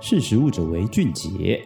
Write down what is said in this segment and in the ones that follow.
识时务者为俊杰。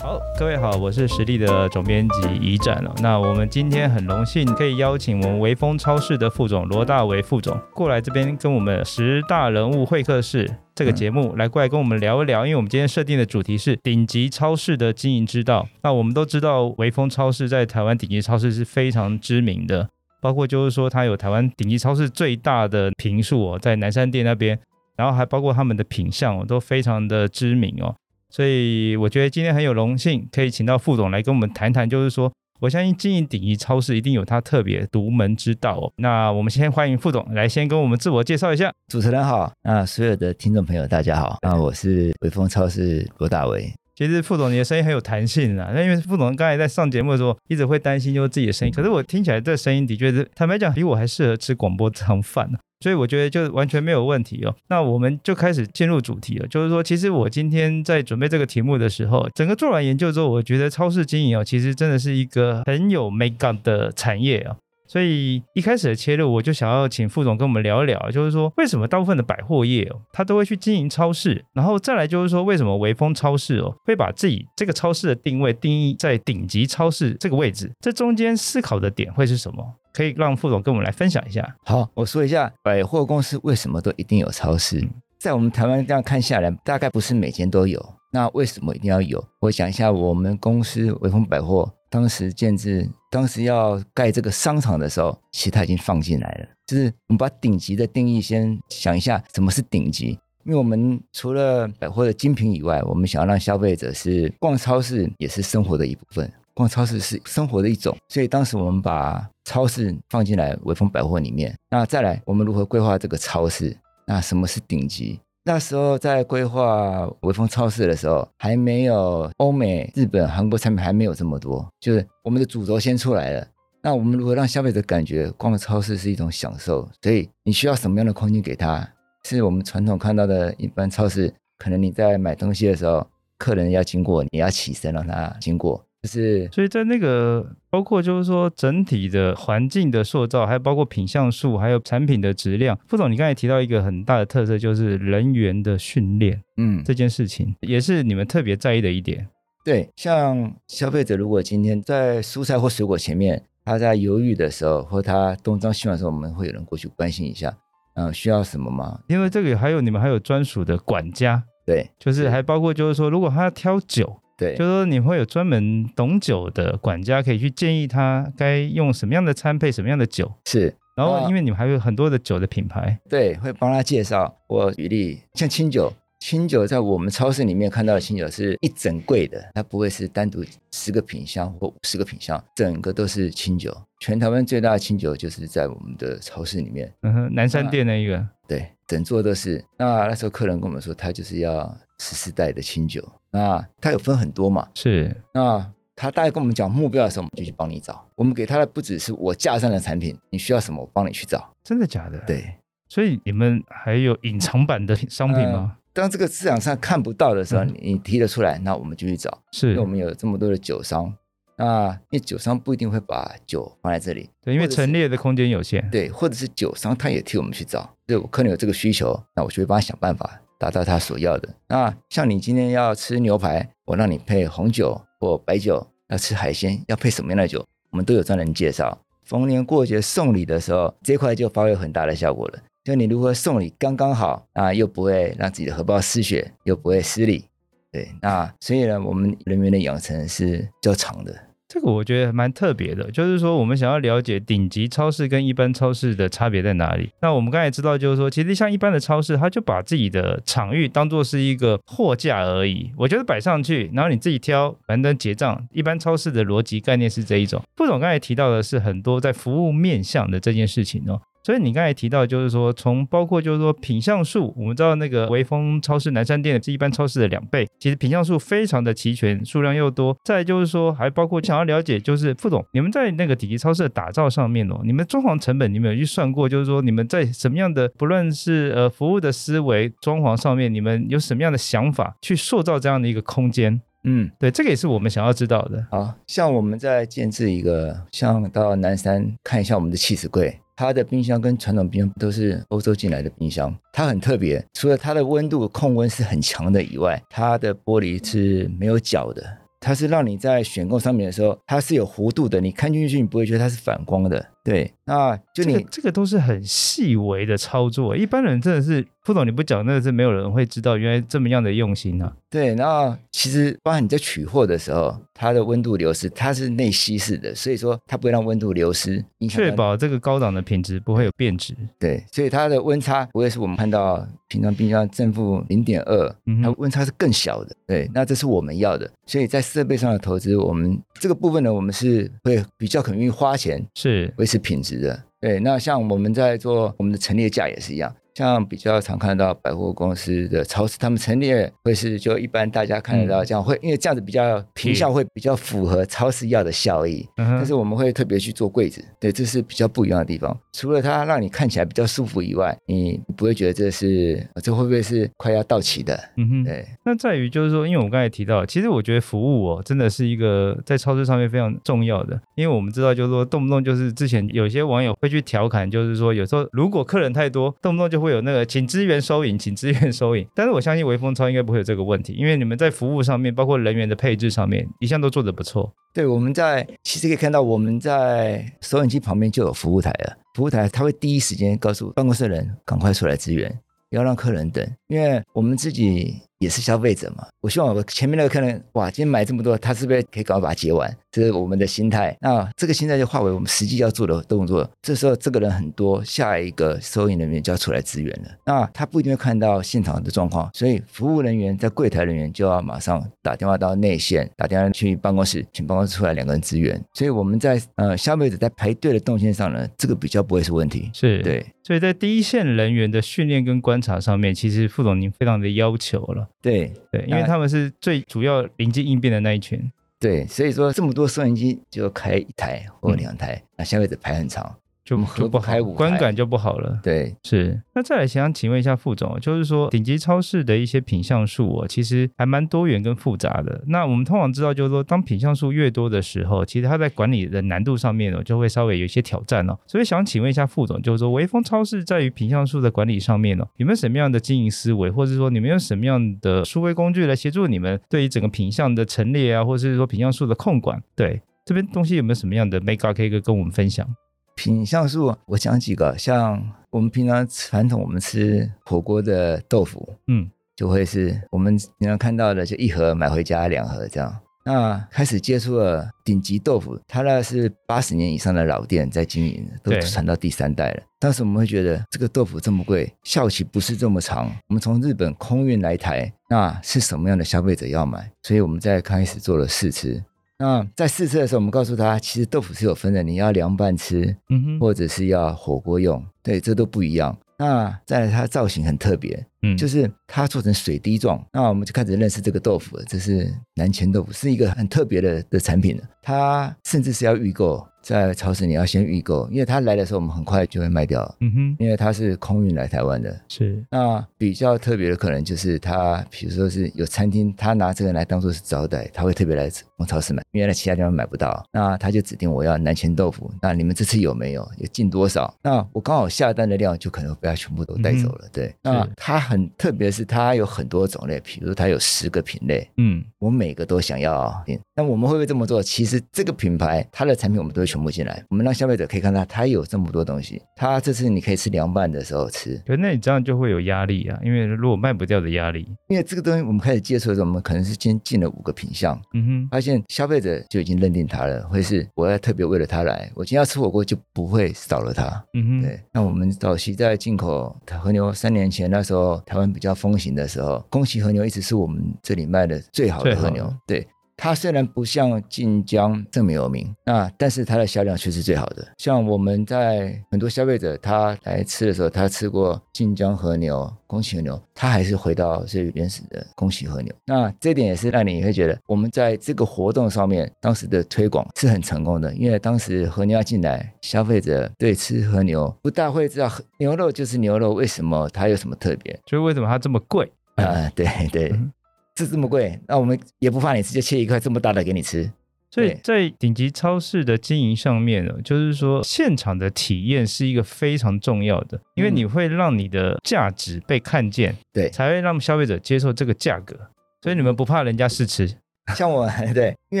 好，各位好，我是实力的总编辑一战哦。那我们今天很荣幸可以邀请我们微风超市的副总罗大为副总过来这边跟我们十大人物会客室这个节目、来过来跟我们聊一聊，因为我们今天设定的主题是顶级超市的经营之道。那我们都知道微风超市在台湾顶级超市是非常知名的，包括就是说它有台湾顶级超市最大的坪数哦，在南山店那边，然后还包括他们的品相哦，都非常的知名哦。所以我觉得今天很有荣幸，可以请到副总来跟我们谈谈，就是说，我相信经营顶级超市一定有它特别独门之道哦。那我们先欢迎副总来先跟我们自我介绍一下。主持人好，那所有的听众朋友大家好，那我是微风超市罗大为。其实副总你的声音很有弹性啊，那因为副总刚才在上节目的时候一直会担心就是自己的声音，可是我听起来这声音的确是，坦白讲比我还适合吃广播汤饭呢、所以我觉得就完全没有问题哦。那我们就开始进入主题了，就是说，其实我今天在准备这个题目的时候，整个做完研究之后，我觉得超市经营哦，其实真的是一个很有 make up 的产业哦。所以一开始的切入，我就想要请副总跟我们聊一聊，就是说为什么大部分的百货业哦，他都会去经营超市，然后再来就是说为什么微风超市哦会把自己这个超市的定位定义在顶级超市这个位置，这中间思考的点会是什么？可以让副总跟我们来分享一下。好，我说一下百货公司为什么都一定有超市，在我们台湾这样看下来，大概不是每间都有。那为什么一定要有？我讲一下我们公司微风百货当时建制，当时要盖这个商场的时候，其实它已经放进来了。就是我们把顶级的定义先想一下，什么是顶级？因为我们除了百货的精品以外，我们想要让消费者是逛超市也是生活的一部分，逛超市是生活的一种，所以当时我们把超市放进来微风百货里面。那再来，我们如何规划这个超市？那什么是顶级？那时候在规划微风超市的时候，还没有欧美、日本、韩国产品还没有这么多，就是我们的主轴先出来了。那我们如何让消费者感觉逛超市是一种享受？所以你需要什么样的空间给他？是我们传统看到的一般超市，可能你在买东西的时候，客人要经过，你要起身让他经过，就是所以在那个包括就是说整体的环境的塑造，还有包括品相数，还有产品的质量。副总，你刚才提到一个很大的特色，就是人员的训练嗯，这件事情，也是你们特别在意的一点。对，像消费者如果今天在蔬菜或水果前面，他在犹豫的时候，或他东张西望的时候，我们会有人过去关心一下，嗯、需要什么吗？因为这个还有你们还有专属的管家，对就是是还包括就是说，如果他要挑酒，对就是说你会有专门懂酒的管家，可以去建议他该用什么样的餐配什么样的酒。是，然后，啊因为你们还有很多的酒的品牌，对，会帮他介绍。我举例，像清酒，清酒在我们超市里面看到的清酒是一整柜的，它不会是单独十个品相或十个品相，整个都是清酒。全台湾最大的清酒就是在我们的超市里面，嗯哼，南山啊店那一个，对，整座都是。那那时候客人跟我们说，他就是要十四代的清酒。那它有分很多嘛？是那他大概跟我们讲目标的时候，我们就去帮你找。我们给他的不只是我架上的产品，你需要什么，我帮你去找。真的假的？。对，所以你们还有隐藏版的商品吗？呃当这个市场上看不到的时候，嗯你你提得出来，那我们就去找。因为我是，们有这么多的酒商，那因为酒商不一定会把酒放在这里，对，因为或者是陈列的空间有限。对，或者是酒商他也替我们去找，对我客人有这个需求，那我就会帮他想办法达到他所要的。那像你今天要吃牛排，我让你配红酒或白酒；要吃海鲜，要配什么样的酒，我们都有专人介绍。逢年过节送礼的时候，这一块就发挥很大的效果了。就你如何送礼刚刚好啊，又不会让自己的荷包失血，又不会失礼。对，那所以呢，我们人员的养成是较长的。这个我觉得蛮特别的，就是说我们想要了解顶级超市跟一般超市的差别在哪里。那我们刚才知道，就是说其实像一般的超市，它就把自己的场域当做是一个货架而已，我觉得摆上去，然后你自己挑，反正结账。一般超市的逻辑概念是这一种。副总刚才提到的是很多在服务面向的这件事情哦。所以你刚才提到，就是说，从包括就是说品相数，我们知道那个微风超市南山店是一般超市的两倍，其实品相数非常的齐全，数量又多。再来就是说，还包括想要了解，就是副总，你们在那个顶级超市的打造上面哦，你们装潢成本你们有去算过？就是说你们在什么样的，不论是呃服务的思维、装潢上面，你们有什么样的想法去塑造这样的一个空间？嗯，对，这个也是我们想要知道的。好像我们在建制一个，像到南山看一下我们的起子柜，它的冰箱跟传统冰箱都是欧洲进来的冰箱，它很特别，除了它的温度控温是很强的以外，它的玻璃是没有角的。它是让你在选购商品的时候，它是有弧度的，你看进去你不会觉得它是反光的。对，那这就你、个这个都是很细微的操作，一般人真的是不懂你不讲，真的是没有人会知道原来这么样的用心啊。对，那其实包含你在取货的时候，它的温度流失，它是内吸式的，所以说它不会让温度流失，影响到确保这个高档的品质不会有变质。对，所以它的温差不会是我们看到平常冰箱正负零点二嗯，哼它温差是更小的。对，那这是我们要的，所以在设备上的投资，我们这个部分呢，我们是会比较肯愿意花钱是，维持品质的。对，那像我们在做我们的陈列架也是一样，像比较常看到百货公司的超市，他们陈列会是就一般大家看得嗯到这样，会因为这样子比较平效，会比较符合超市要的效益。嗯但哼，是我们会特别去做柜子，对，这是比较不一样的地方。除了它让你看起来比较舒服以外，你不会觉得这是呃这会不会是快要到期的？嗯哼。对，那在于就是说，因为我们刚才提到，其实我觉得服务哦，真的是一个在超市上面非常重要的，因为我们知道就是说，动不动就是之前有些网友会去调侃，就是说有时候如果客人太多，动不动就会有那个请支援收银，请支援收银。但是我相信微风超应该不会有这个问题，因为你们在服务上面，包括人员的配置上面，一向都做得不错。对，我们在其实可以看到，我们在收银机旁边就有服务台了。服务台它会第一时间告诉办公室的人赶快出来支援，不要让客人等，因为我们自己也是消费者嘛。我希望我前面那个客人，哇，今天买这么多，他是不是可以赶快把它结完？这是我们的心态。那这个心态就化为我们实际要做的动作。这时候这个人很多，下一个收银人员就要出来支援了。那他不一定会看到现场的状况，所以服务人员在柜台人员就要马上打电话到内线，打电话去办公室，请办公室出来两个人支援。所以我们在呃消费者在排队的动线上呢，这个比较不会是问题。是，对所以在第一线人员的训练跟观察上面，其实副总您非常的要求了，对，对，因为那他们是最主要临机应变的那一群。对，所以说这么多收银机就开一台或两台，那、消费者排很长。就我们就不合嗯不好开，舞观台感就不好了。对，是，那再来想请问一下副总，就是说顶级超市的一些品项数哦，其实还蛮多元跟复杂的。那我们通常知道，就是说当品项数越多的时候，其实它在管理的难度上面哦，就会稍微有一些挑战哦。所以想请问一下副总，就是说微风超市在于品项数的管理上面哦，有没有什么样的经营思维，或者说你们有什么样的数位工具来协助你们对于整个品项的陈列啊，或者是说品项数的控管？对。这边东西有没有什么样的 make up 可以跟跟我们分享？品相数我讲几个，像我们平常传统我们吃火锅的豆腐，嗯，就会是我们平常看到的，就一盒买回家两盒这样。那开始接触了顶级豆腐，它那是八十年以上的老店在经营的，对都传到第三代了。当时我们会觉得这个豆腐这么贵，效期不是这么长，我们从日本空运来台，那是什么样的消费者要买？所以我们在开始做了试吃。那在试吃的时候，我们告诉他，其实豆腐是有分的，你要凉拌吃，嗯哼，或者是要火锅用，对，这都不一样。那再来，它造型很特别，嗯，就是它做成水滴状，那我们就开始认识这个豆腐了。这是南前豆腐，是一个很特别的的产品了。它甚至是要预购，在超市你要先预购，因为它来的时候我们很快就会卖掉，嗯哼，因为它是空运来台湾的。是，那比较特别的可能就是他，比如说是有餐厅，他拿这个来当做是招待，他会特别来我们超市买，因为在其他地方买不到。那他就指定我要南前豆腐，那你们这次有没有？有进多少？那我刚好下单的量就可能被他全部都带走了。对，那它很特别，是它有很多种类，比如它有十个品类，嗯，我每个都想要点。那我们会不会这么做？其实这个品牌它的产品我们都会全部进来，我们让消费者可以看到它有这么多东西。它这次你可以吃凉拌的时候吃，可那你这样就会有压力啊，因为如果卖不掉的压力，因为这个东西我们开始接触的时候，我们可能是先进了五个品项，嗯哼，发现消费者就已经认定它了，会是我要特别为了它来，我今天要吃火锅就不会少了它。嗯哼，对，那我们早期在进口和牛，三年前那时候台湾比较风行的时候，宫崎和牛一直是我们这里卖的最好的和最好牛的。对，它虽然不像晋江这么有名，那但是它的销量却是最好的。像我们在很多消费者他来吃的时候，他吃过晋江和牛、宫崎和牛，他还是回到最原始的宫崎和牛。那这一点也是让你会觉得我们在这个活动上面当时的推广是很成功的，因为当时和牛要进来，消费者对吃和牛不大会知道和牛肉就是牛肉，为什么它有什么特别？就是为什么它这么贵？啊、对对嗯，这这么贵，那我们也不怕你吃，就切一块这么大的给你吃。所以对在顶级超市的经营上面呢，就是说现场的体验是一个非常重要的，因为你会让你的价值被看见，对才会让消费者接受这个价格。所以你们不怕人家试吃，像我 对，因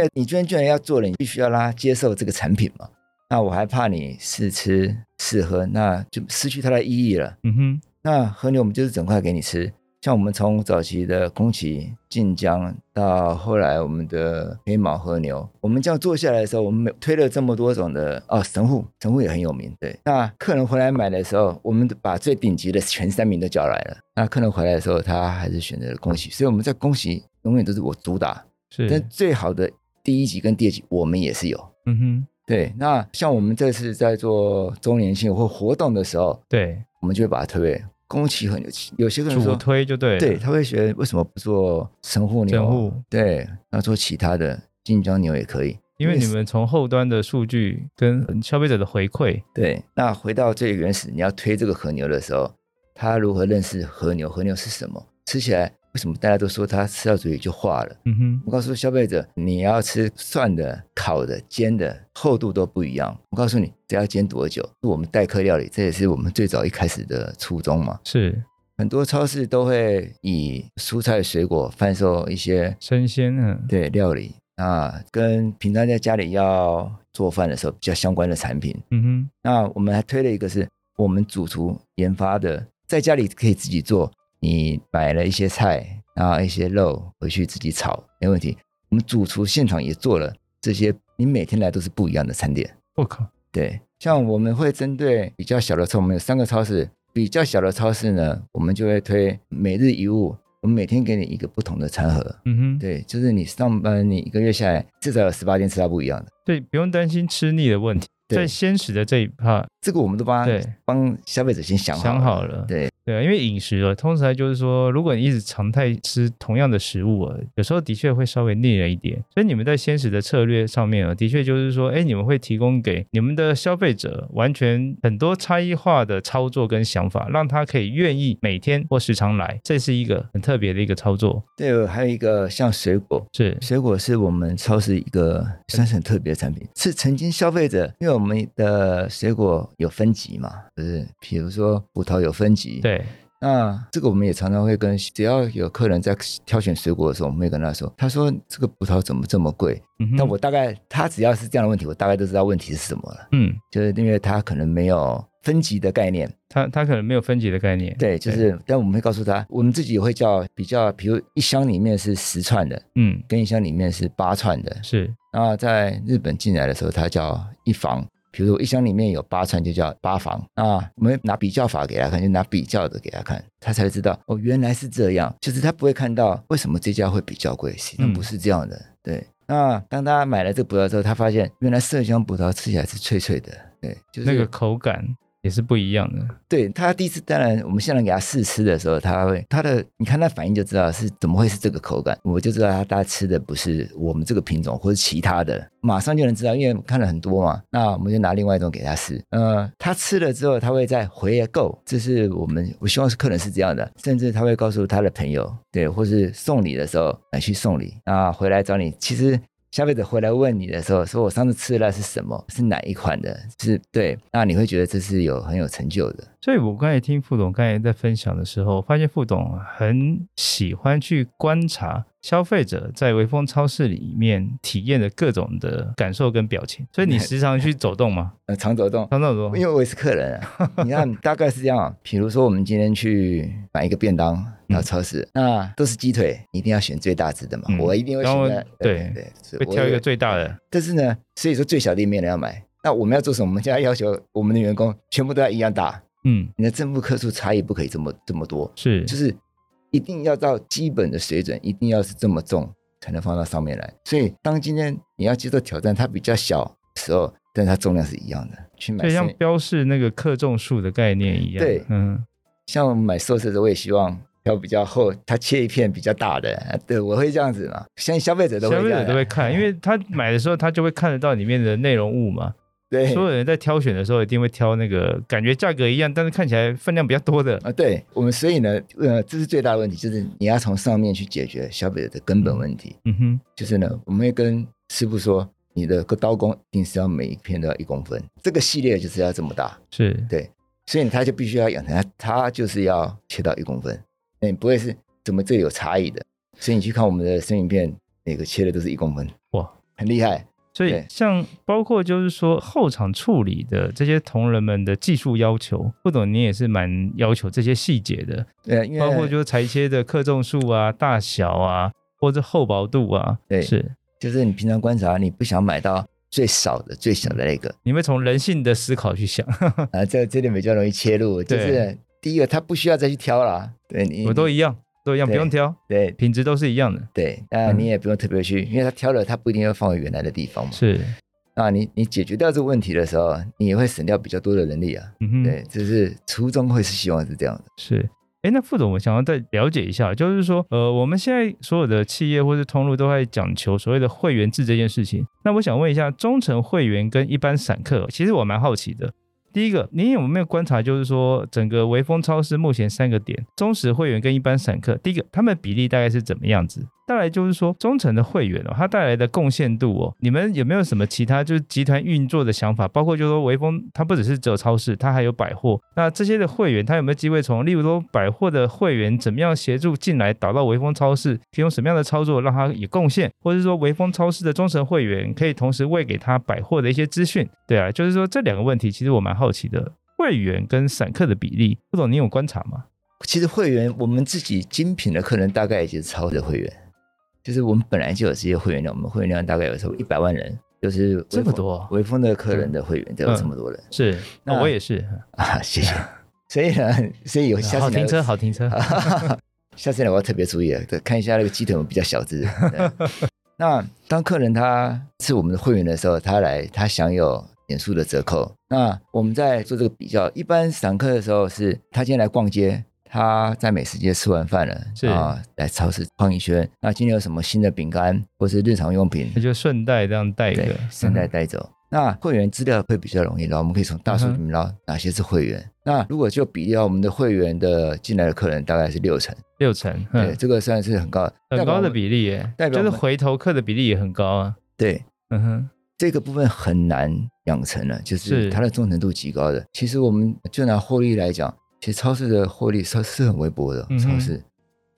为你居然居然要做了，你必须要让他接受这个产品嘛。那我还怕你试吃试喝，那就失去它的意义了。嗯哼，那和牛我们就是整块给你吃，像我们从早期的宫崎晋江到后来我们的黑毛和牛，我们这样做下来的时候，我们每推了这么多种的哦，神户神户也很有名。对，那客人回来买的时候，我们把最顶级的前三名都叫来了。那客人回来的时候，他还是选择了宫崎，所以我们在宫崎永远都是我主打。但是，最好的第一集跟第二集我们也是有。嗯哼，对，那像我们这次在做周年庆或活动的时候，对，我们就会把它推为宫崎很有趣，有些客人主说，推就对了，对，他会觉得为什么不做神户牛？整户，对，那做其他的晋江牛也可以。因为你们从后端的数据跟消费者的回馈，对，那回到最原始，你要推这个和牛的时候，他如何认识和牛？和牛是什么？吃起来为什么大家都说它吃到嘴里就化了？嗯哼，我告诉消费者，你要吃涮的、烤的、煎的，厚度都不一样。我告诉你，只要煎多久，是我们代客料理，这也是我们最早一开始的初衷嘛。是很多超市都会以蔬菜水果贩售一些生鲜，嗯，对料理啊，跟平常在家里要做饭的时候比较相关的产品。嗯哼，那我们还推了一个是我们主厨研发的，在家里可以自己做。你买了一些菜，然后一些肉回去自己炒，没问题。我们主厨现场也做了这些，你每天来都是不一样的餐点。我靠，对，像我们会针对比较小的超，我们有三个超市，比较小的超市呢，我们就会推每日一物，我们每天给你一个不同的餐盒。嗯哼，对，就是你上班，你一个月下来至少有十八天吃到不一样的。对，不用担心吃腻的问题，对在鲜食的这一 part 这个我们都帮对帮消费者先想好想了好了，对对啊，因为饮食啊，通常就是说，如果你一直常态吃同样的食物啊，有时候的确会稍微腻了一点。所以你们在鲜食的策略上面啊，的确就是说，哎，你们会提供给你们的消费者完全很多差异化的操作跟想法，让他可以愿意每天或时常来，这是一个很特别的一个操作。对，还有一个像水果，是，水果是我们超市一个算是很特别的产品，是曾经消费者，因为我们的水果有分级嘛，就是比如说葡萄有分级，，对，那这个我们也常常会跟，只要有客人在挑选水果的时候，我们会跟他说，他说这个葡萄怎么这么贵？嗯哼那我大概他只要是这样的问题，我大概都知道问题是什么了，嗯，就是因为他可能没有分级的概念，他他可能没有分级的概念，对，就是，但我们会告诉他，我们自己也会叫比较，比如一箱里面是十串的，嗯，跟一箱里面是八串的，是，那在日本进来的时候，它叫一房。比如说一箱里面有八串，就叫八房。那我们拿比较法给他看，就拿比较的给他看，他才知道哦，原来是这样。就是他不会看到为什么这家会比较贵，实际上嗯不是这样的。对。那当他买了这个葡萄之后，他发现原来麝香葡萄吃起来是脆脆的，对，就是那个口感也是不一样的。对他第一次，当然我们现在给他试吃的时候，他会他的你看他反应就知道是怎么会是这个口感，我就知道他他吃的不是我们这个品种或是其他的，马上就能知道，因为看了很多嘛。那我们就拿另外一种给他试，呃，他吃了之后他会再回购，这是我们我希望是客人是这样的，甚至他会告诉他的朋友，对，或是送礼的时候来去送礼啊，回来找你，其实消费者回来问你的时候，说我上次吃的那是什么，是哪一款的，是对，那你会觉得这是有很有成就的。所以我刚才听傅董刚才在分享的时候，发现傅董很喜欢去观察消费者在微风超市里面体验的各种的感受跟表情。所以 你时常去走动吗？呃，常走动，常常走因动。为我也是客人 啊。你看，大概是这样啊，比如说我们今天去买一个便当到超市，那都是鸡腿，一定要选最大只的嘛。嗯我一定会然选后的，对对，是会我挑一也个最大的，但是呢，所以说最小的也没有人要买。那我们要做什么？我们现在要求我们的员工全部都要一样大，嗯，你的正负克数差异不可以这么这么多，是就是一定要到基本的水准，一定要是这么重才能放到上面来。所以当今天你要接受挑战，它比较小的时候，但它重量是一样的。去买就像生标示那个克重数的概念一样。对嗯，像我们买寿司的时候，我也希望要比较厚，它切一片比较大的，呃对我会这样子嘛。相信消费者都消会费这样者啊，都会看，因为他买的时候他就会看得到里面的内容物嘛。对所有人在挑选的时候一定会挑那个感觉价格一样，但是看起来分量比较多的。啊，对我们，所以呢，呃，这是最大的问题，就是你要从上面去解决消费者的根本问题。嗯哼，就是呢，我们会跟师傅说，你的个刀工一定是要每一片都要一公分，这个系列就是要这么大，是所以它就必须要养成它，它就是要切到一公分。那你不会是怎么这里有差异的？所以你去看我们的生鱼片，每个切的都是一公分，哇，很厉害。所以对像包括就是说后场处理的这些同仁们的技术要求，不懂你也是蛮要求这些细节的，呃，因为包括就是裁切的克重数啊、大小啊，或者厚薄度啊，对是就是你平常观察，你不想买到最少的、最小的那个，你会从人性的思考去想，啊，这这点比较容易切入。嗯就对是第一个，它不需要再去挑啦，对你我都一样，都一样，不嗯对用挑，对品质都是一样的，对，那嗯你也不用特别去，因为它挑了，它不一定要放回原来的地方嘛。是，那你你解决掉这个问题的时候，你也会省掉比较多的人力啊。嗯哼，对，就是初衷会是希望是这样的。是。哎，那副总，我想要再了解一下，就是说，呃，我们现在所有的企业或是通路都在讲求所谓的会员制这件事情。那我想问一下，忠诚会员跟一般散客，其实我蛮好奇的。第一个，你有没有观察，就是说整个微风超市目前三个点，忠实会员跟一般散客，第一个他们比例大概是怎么样子？再来就是说忠诚的会员哦，它带来的贡献度哦，你们有没有什么其他就是集团运作的想法？包括就是说微风它不只是只有超市，它还有百货，那这些的会员他有没有机会从例如说百货的会员怎么样协助进来导到微风超市，提供什么样的操作让他有贡献，或者是说微风超市的忠诚会员可以同时喂给他百货的一些资讯？对啊，就是说这两个问题，其实我蛮好奇的。会员跟散客的比例，不懂你有观察吗？其实会员，我们自己精品的客人大概也就是超的会员，就是我们本来就有这些会员量，我们会员量大概有时候一百万人，就是微风这么多啊微风的客人的会员都有嗯这么多人、是，那那我也是。啊，谢谢。所以呢， 所以有下次啊好你要停车，好停车。下次来我要特别注意了，对，看一下那个鸡腿有没有比较小 只。对那当客人他是我们的会员的时候，他来他享有点数的折扣。那我们在做这个比较，一般散客的时候是他今天来逛街，他在美食街吃完饭了，是啊，来超市逛一圈。那今天有什么新的饼干或是日常用品那，就顺带这样带一对个，，顺带带嗯走。那会员资料会比较容易捞，我们可以从大数里面捞哪些是会员。那如果就比较我们的会员的进来的客人大概是六成，六成，对，嗯，这个算是很高，很代表高我的们比例耶，代表就我是们回头客的比例也很高啊。对，嗯哼，这个部分很难养成了，就是是它的忠诚度极高的。其实我们就拿获利来讲，其实超市的获利超是很微薄的嗯。哼超市，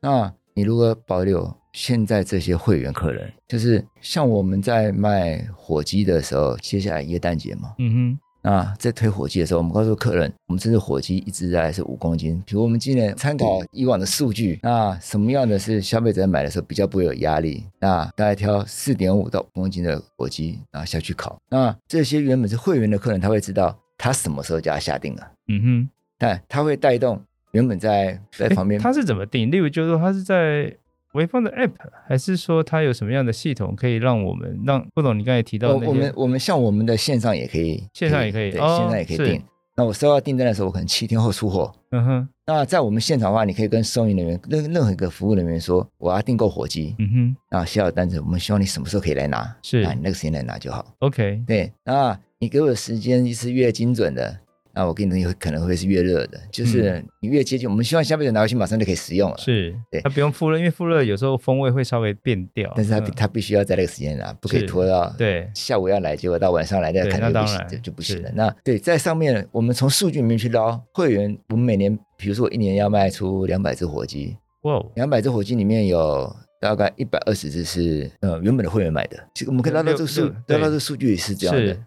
那你如果保留现在这些会员客人，就是像我们在卖火鸡的时候，接下来耶诞节嘛，嗯那啊在推火鸡的时候，我们告诉客人，我们这只火鸡一只大概是五公斤。比如我们今年参考以往的数据，那什么样的是消费者买的时候比较不会有压力？那大概挑四点五到五公斤的火鸡，然后下去烤。那这些原本是会员的客人，他会知道他什么时候就要下定了，哼，嗯哼。但他会带动原本在在诶旁边，它是怎么定？例如，就是说它是在微风的 App，还是说它有什么样的系统可以让我们让不懂你刚才提到我的我那们些？我们像我们的线上也可以，线上也可以对，哦线上也可以是订。那我收到订单的时候，我可能七天后出货。嗯哼，那在我们现场的话，你可以跟收银人员任任何一个服务人员说，我要订购火鸡，嗯哼那写好单子，我们希望你什么时候可以来拿，是啊，你那个时间来拿就好。 ，OK，对，那你给我的时间是越精准的，那我给你的东西会可能会是越热的，就是你越接近，我们希望消费者拿回去马上就可以食用了。，嗯是对，它不用复热，因为复热有时候风味会稍微变掉，但是他嗯他必须要在那个时间拿，不可以是拖到对下午要来，结果到晚上来，那对可那能就不当行然就就不是行了。那对，在上面我们从数据里面去捞会员，我们每年比如说我一年要卖出两百只火鸡，哇哦，两百只火鸡里面有大概一百二十只是呃原本的会员买的，这个我们可以拉到这个数六，对拉到这个数据是这样的是。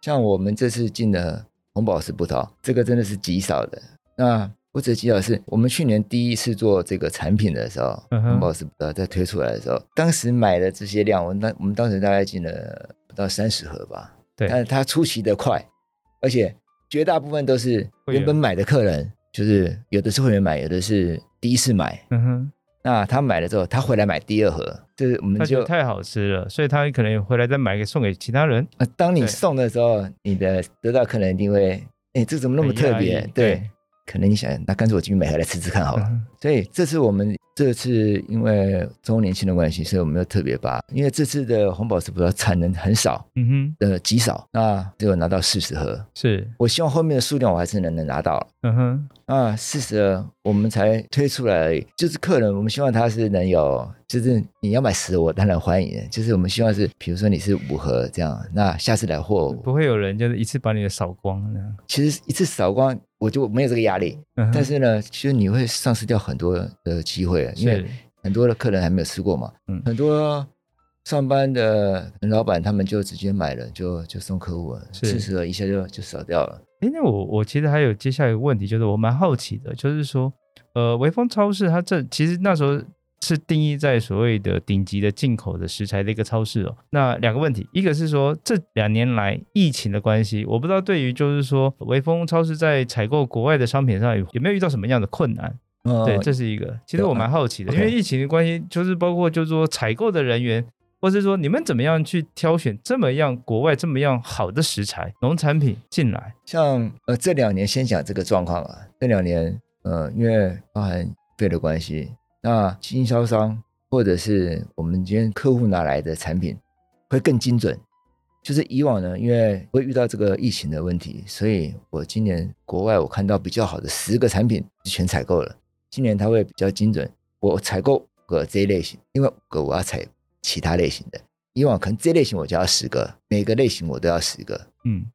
像我们这次进的红宝石葡萄，这个真的是极少的。那不止极少是，我们去年第一次做这个产品的时候，嗯哼红宝石葡萄在推出来的时候，当时买的这些量，我们当我们当时大概进了不到三十盒吧。对但是它出奇的快，而且绝大部分都是会员原本买的客人，就是有的是会员买，有的是第一次买。嗯哼，那他买了之后，他回来买第二盒，就是我们它觉就得太好吃了，所以它可能回来再买给送给其他人，呃当你对送的时候，你的得到客人一定会，哎，这怎么那么很压特别抑？对嗯对，可能你想，那干脆我去买回来吃吃看好好了。所以这次我们这次因为周年庆的关系，所以我们又特别把，因为这次的红宝石葡萄产能很少，嗯哼，呃，极少，那只有拿到四十盒。是我希望后面的数量我还是能能拿到，嗯哼，啊，四十二我们才推出来而已，就是客人，我们希望他是能有，就是你要买十盒，我当然欢迎，就是我们希望是，比如说你是五盒这样，那下次来货，不会有人就是一次把你的扫光那样。其实一次扫光我就没有这个压力，嗯哼但是呢，其实你会丧失掉很多的机会，因为是很多的客人还没有吃过嘛，嗯很多上班的老板他们就直接买了，就就送客户了，是四十盒一下就就扫掉了。哎，那我我其实还有接下来一个问题，就是我蛮好奇的，就是说，呃，微风超市它这其实那时候是定义在所谓的顶级的进口的食材的一个超市哦。那两个问题，一个是说这两年来疫情的关系，我不知道对于就是说微风超市在采购国外的商品上有有没有遇到什么样的困难？嗯对，这是一个。其实我蛮好奇的，有因啊为 OK 疫情的关系，就是包括就是说采购的人员，或是说你们怎么样去挑选这么样国外这么样好的食材、农产品进来？像呃这两年先讲这个状况啊，这两年呃因为包含费的关系，那经销商或者是我们今天客户拿来的产品会更精准。就是以往呢，因为会遇到这个疫情的问题，所以我今年国外我看到比较好的十个产品全采购了。今年它会比较精准，我采购五个这一类型，另外五个我要采其他类型的。以往可能这类型我就要十个，每个类型我都要十个，嗯。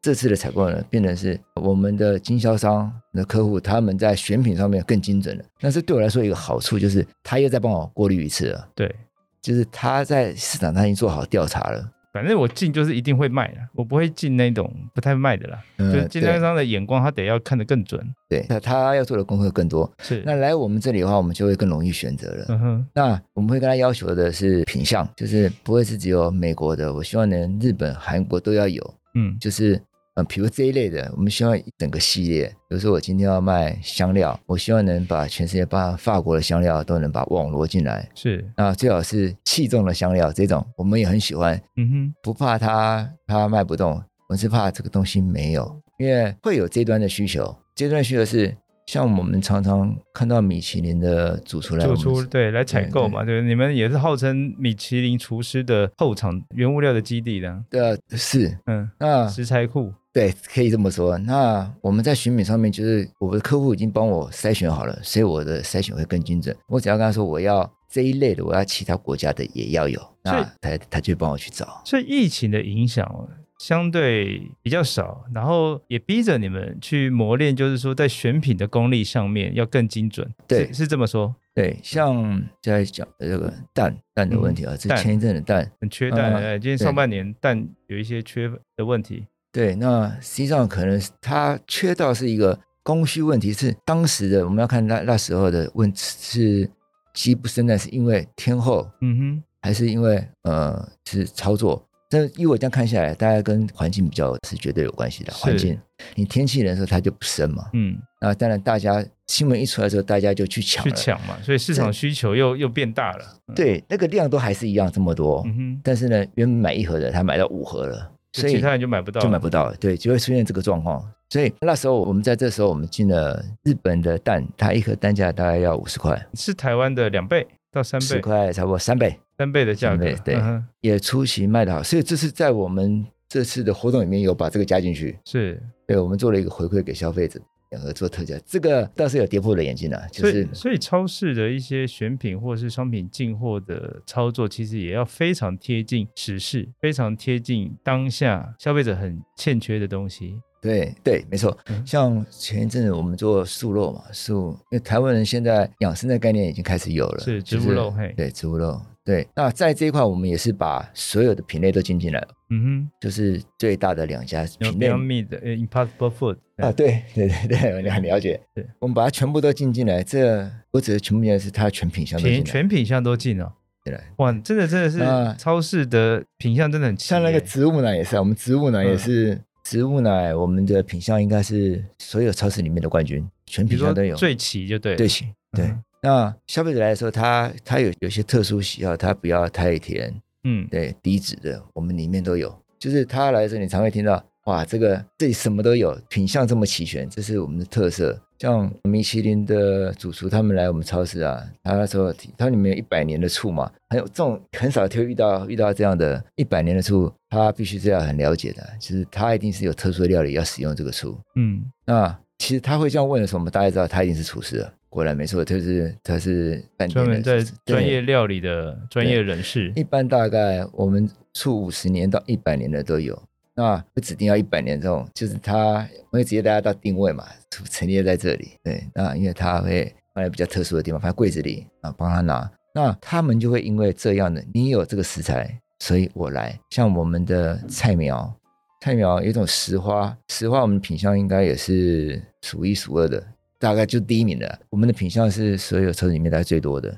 这次的采购呢，变成是我们的经销商的客户，他们在选品上面更精准了。那这对我来说有一个好处就是，他又再帮我过滤一次了，对，就是他在市场上已经做好调查了。反正我进就是一定会卖的，我不会进那种不太卖的啦。嗯就是经销商的眼光，他得要看得更准。对，那他要做的功课更多。是，那来我们这里的话，我们就会更容易选择了。嗯哼，那我们会跟他要求的是品相，就是不会是只有美国的，我希望连日本、韩国都要有。嗯，就是嗯，比如这一类的，我们希望一整个系列。比如说我今天要卖香料，我希望能把全世界把法国的香料都能把网罗进来。是，那最好是气重的香料，这种我们也很喜欢，嗯哼，不怕它它卖不动，我是怕这个东西没有，因为会有这端的需求。这端需求是像我们常常看到米其林的主厨来我做们出对来采对购嘛，对，你们也是号称米其林厨师的后场原物料的基地的，的呃是嗯，那食材库，对，可以这么说。那我们在选品上面，就是我的客户已经帮我筛选好了，所以我的筛选会更精准。我只要跟他说我要这一类的，我要其他国家的也要有，所那以他他就会帮我去找。所以疫情的影响哦相对比较少，然后也逼着你们去磨练，就是说在选品的功力上面要更精准，对是是这么说，对，像在讲的这个蛋蛋的问题啊，这嗯蛋前一阵的蛋，很缺蛋，嗯呃今天对上半年蛋有一些缺的问题，对，那实际上可能是它缺到是一个供需问题，是当时的我们要看那那时候的问是鸡不生蛋，是因为天后嗯哼。还是因为呃是操作？但依我这样看下来，大概跟环境比较是绝对有关系的。是环境，你天气冷的时候它就不升嘛。嗯，那当然，大家新闻一出来之后，大家就去抢去了。抢嘛，所以市场需求又又变大了。嗯，对，那个量都还是一样这么多，嗯哼，但是呢，原本买一盒的，他买到五盒了，所所以以其他人就买不到，就买不到了。对，就会出现这个状况。所以那时候我们在这时候，我们进了日本的蛋，它一颗单价大概要五十块，是台湾的两倍到三十倍，块差不多三倍。三倍的价格三倍。对嗯哼也出奇卖的好，所以这是在我们这次的活动里面有把这个加进去，是，对我们做了一个回馈给消费者，两个做特价，这个倒是有跌破我的眼镜了、就所以是所以超市的一些选品或是商品进货的操作，其实也要非常贴近时事，非常贴近当下消费者很欠缺的东西。对对，没错。嗯像前一阵子我们做素肉嘛，素，因为台湾人现在养生的概念已经开始有了，是就植物肉嘿对植物肉，对。那在这一块，我们也是把所有的品类都进进来了，嗯就是最大的两家哼，有品类 Beyond Meat 的呃 Impossible Food 啊，对对对对，你很了解。对我们把它全部都进进来，这我指的全部进来是它的全品项都进来品。全品项都进了进来。哇，真的真的那是超市的品相真的很齐耶，像那个植物奶也是啊，我们植物奶嗯也是、植物奶，我们的品相应该是所有超市里面的冠军，全比品如说相都有。最齐就对了，对起，对。嗯那消费者来说，他他有有些特殊喜好，他不要太甜，嗯，对低脂的，我们里面都有。就是他来的时候，你常会听到，哇，这个这里什么都有，品相这么齐全，这是我们的特色。像米其林的主厨他们来我们超市啊，他那时候提，他里面有一百年的醋嘛，还有这种很少就会遇到遇到这样的一百年的醋，他必须是要很了解的，就是他一定是有特殊料理要使用这个醋。嗯，那其实他会这样问的时候，我们大概知道他一定是厨师了。果然没错，就是他是饭店专的门在厨师专。对业料理的专业人士，一般大概我们处五十年到一百年的都有。那不指定要一百年这种，就是它我会直接带它到定位嘛，陈列在这里。对，那因为它会放在比较特殊的地方，放在柜子里啊，帮他拿。那他们就会因为这样的，你有这个食材，所以我来。像我们的菜苗，菜苗有一种石花，石花我们品相应该也是数一数二的，大概就第一名的。我们的品相是所有车里面大概最多的。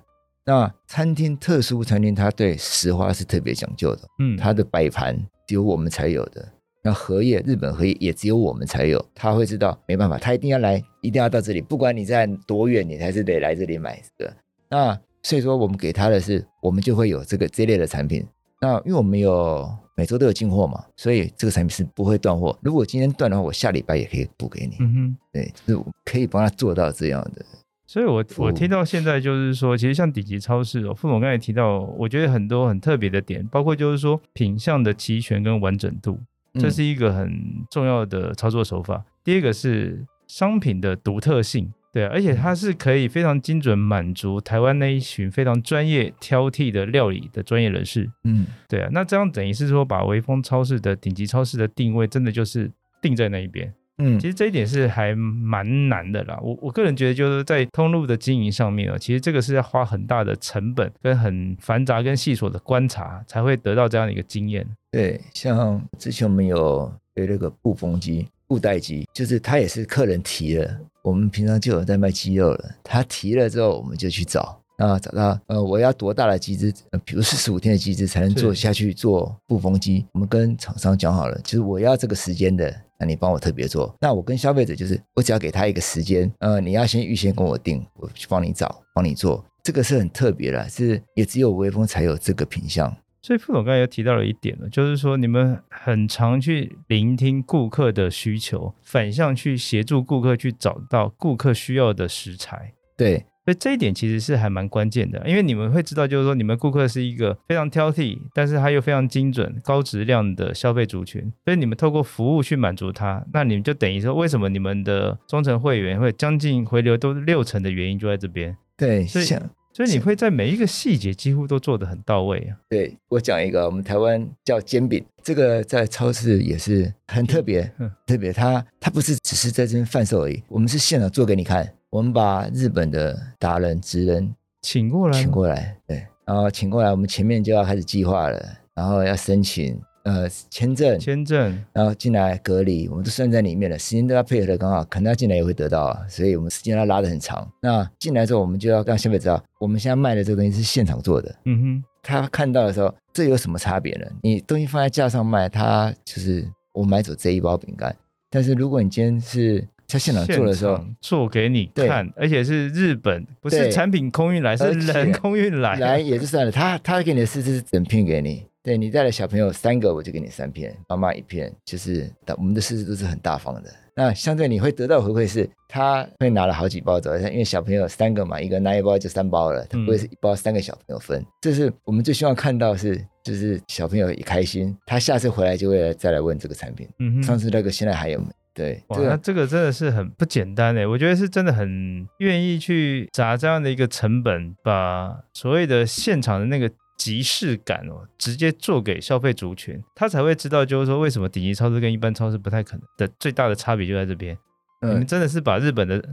那餐厅特殊餐厅，它对石花是特别讲究的，嗯，它的摆盘只有我们才有的。那荷叶，日本荷叶也只有我们才有，他会知道，没办法，他一定要来，一定要到这里，不管你在多远，你还是得来这里买这个。那所以说，我们给他的是，我们就会有这个这类的产品。那因为我们有每周都有进货嘛，所以这个产品是不会断货。如果今天断的话，我下礼拜也可以补给你。嗯哼。对，就是我可以帮他做到这样的。所以我，我服务听到现在就是说，其实像顶级超市哦，副总刚才提到，我觉得很多很特别的点，包括就是说品相的齐全跟完整度，这嗯是一个很重要的操作手法。第一个是商品的独特性，对啊、而嗯且它是可以非常精准满足台湾那一群非常专业挑剔的料理的专业人士，嗯，对啊，那这样等于是说把微风超市的顶级超市的定位真的就是定在那一边。嗯其实这一点是还蛮难的啦。我我个人觉得，就是在通路的经营上面哦，其实这个是要花很大的成本跟很繁杂跟细琐的观察，才会得到这样的一个经验。对，像之前我们有有那个布缝机、布袋机，就是他也是客人提了，我们平常就有在卖鸡肉了，他提了之后我们就去找。啊，找到呃，我要多大的机制？呃，比如四十五天的机制才能做是下去做布缝机。我们跟厂商讲好了，就是我要这个时间的，那你帮我特别做。那我跟消费者就是，我只要给他一个时间，呃，你要先预先跟我定，我去帮你找，帮你做。这个是很特别啦，是也只有微风才有这个品相。所以副总刚才有提到了一点呢，就是说你们很常去聆听顾客的需求，反向去协助顾客去找到顾客需要的食材。对，所以这一点其实是还蛮关键的，因为你们会知道，就是说你们顾客是一个非常挑剔，但是他又非常精准、高质量的消费族群，所以你们透过服务去满足他，那你们就等于说，为什么你们的忠诚会员会将近回流都六成的原因就在这边，对，所以像所以你是会在每一个细节几乎都做得很到位啊。对我讲一个，我们台湾叫煎饼，这个在超市也是很特别嗯，特别它它不是只是在这边贩售而已，我们是现场做给你看，我们把日本的达人、职人请过来吗，请过来，对，然后请过来，我们前面就要开始计划了，然后要申请呃签证，签证，然后进来隔离，我们都算在里面了，时间都要配合的刚好，可能他进来也会得到啊，所以我们时间要拉得很长。那进来之后，我们就要让消费者知道，我们现在卖的这个东西是现场做的。嗯他看到的时候，这有什么差别呢？你东西放在架上卖，他就是我买走这一包饼干。但是如果你今天是在现哼，场做的时候，现场做给你对看，而且是日本，不是对产品空运来，是而且人空运来，来也就算了，他他给你的是是整片给你，对你带了小朋友三个，我就给你三片，妈妈一片，就是我们的狮子都是很大方的。那相对你会得到回馈是，他会拿了好几包走，因为小朋友三个嘛，一个拿一包就三包了，他不会是嗯一包三个小朋友分。这是我们最希望看到是，就是小朋友也开心，他下次回来就会来再来问这个产品。嗯哼，上次那个现在还有没？对，啊哇，这那个这个真的是很不简单诶，我觉得是真的很愿意去砸这样的一个成本，把所谓的现场的那个即视感哦，直接做给消费族群，他才会知道，就是说为什么顶级超市跟一般超市不太可能的最大的差别就在这边。嗯你们真的是把日本的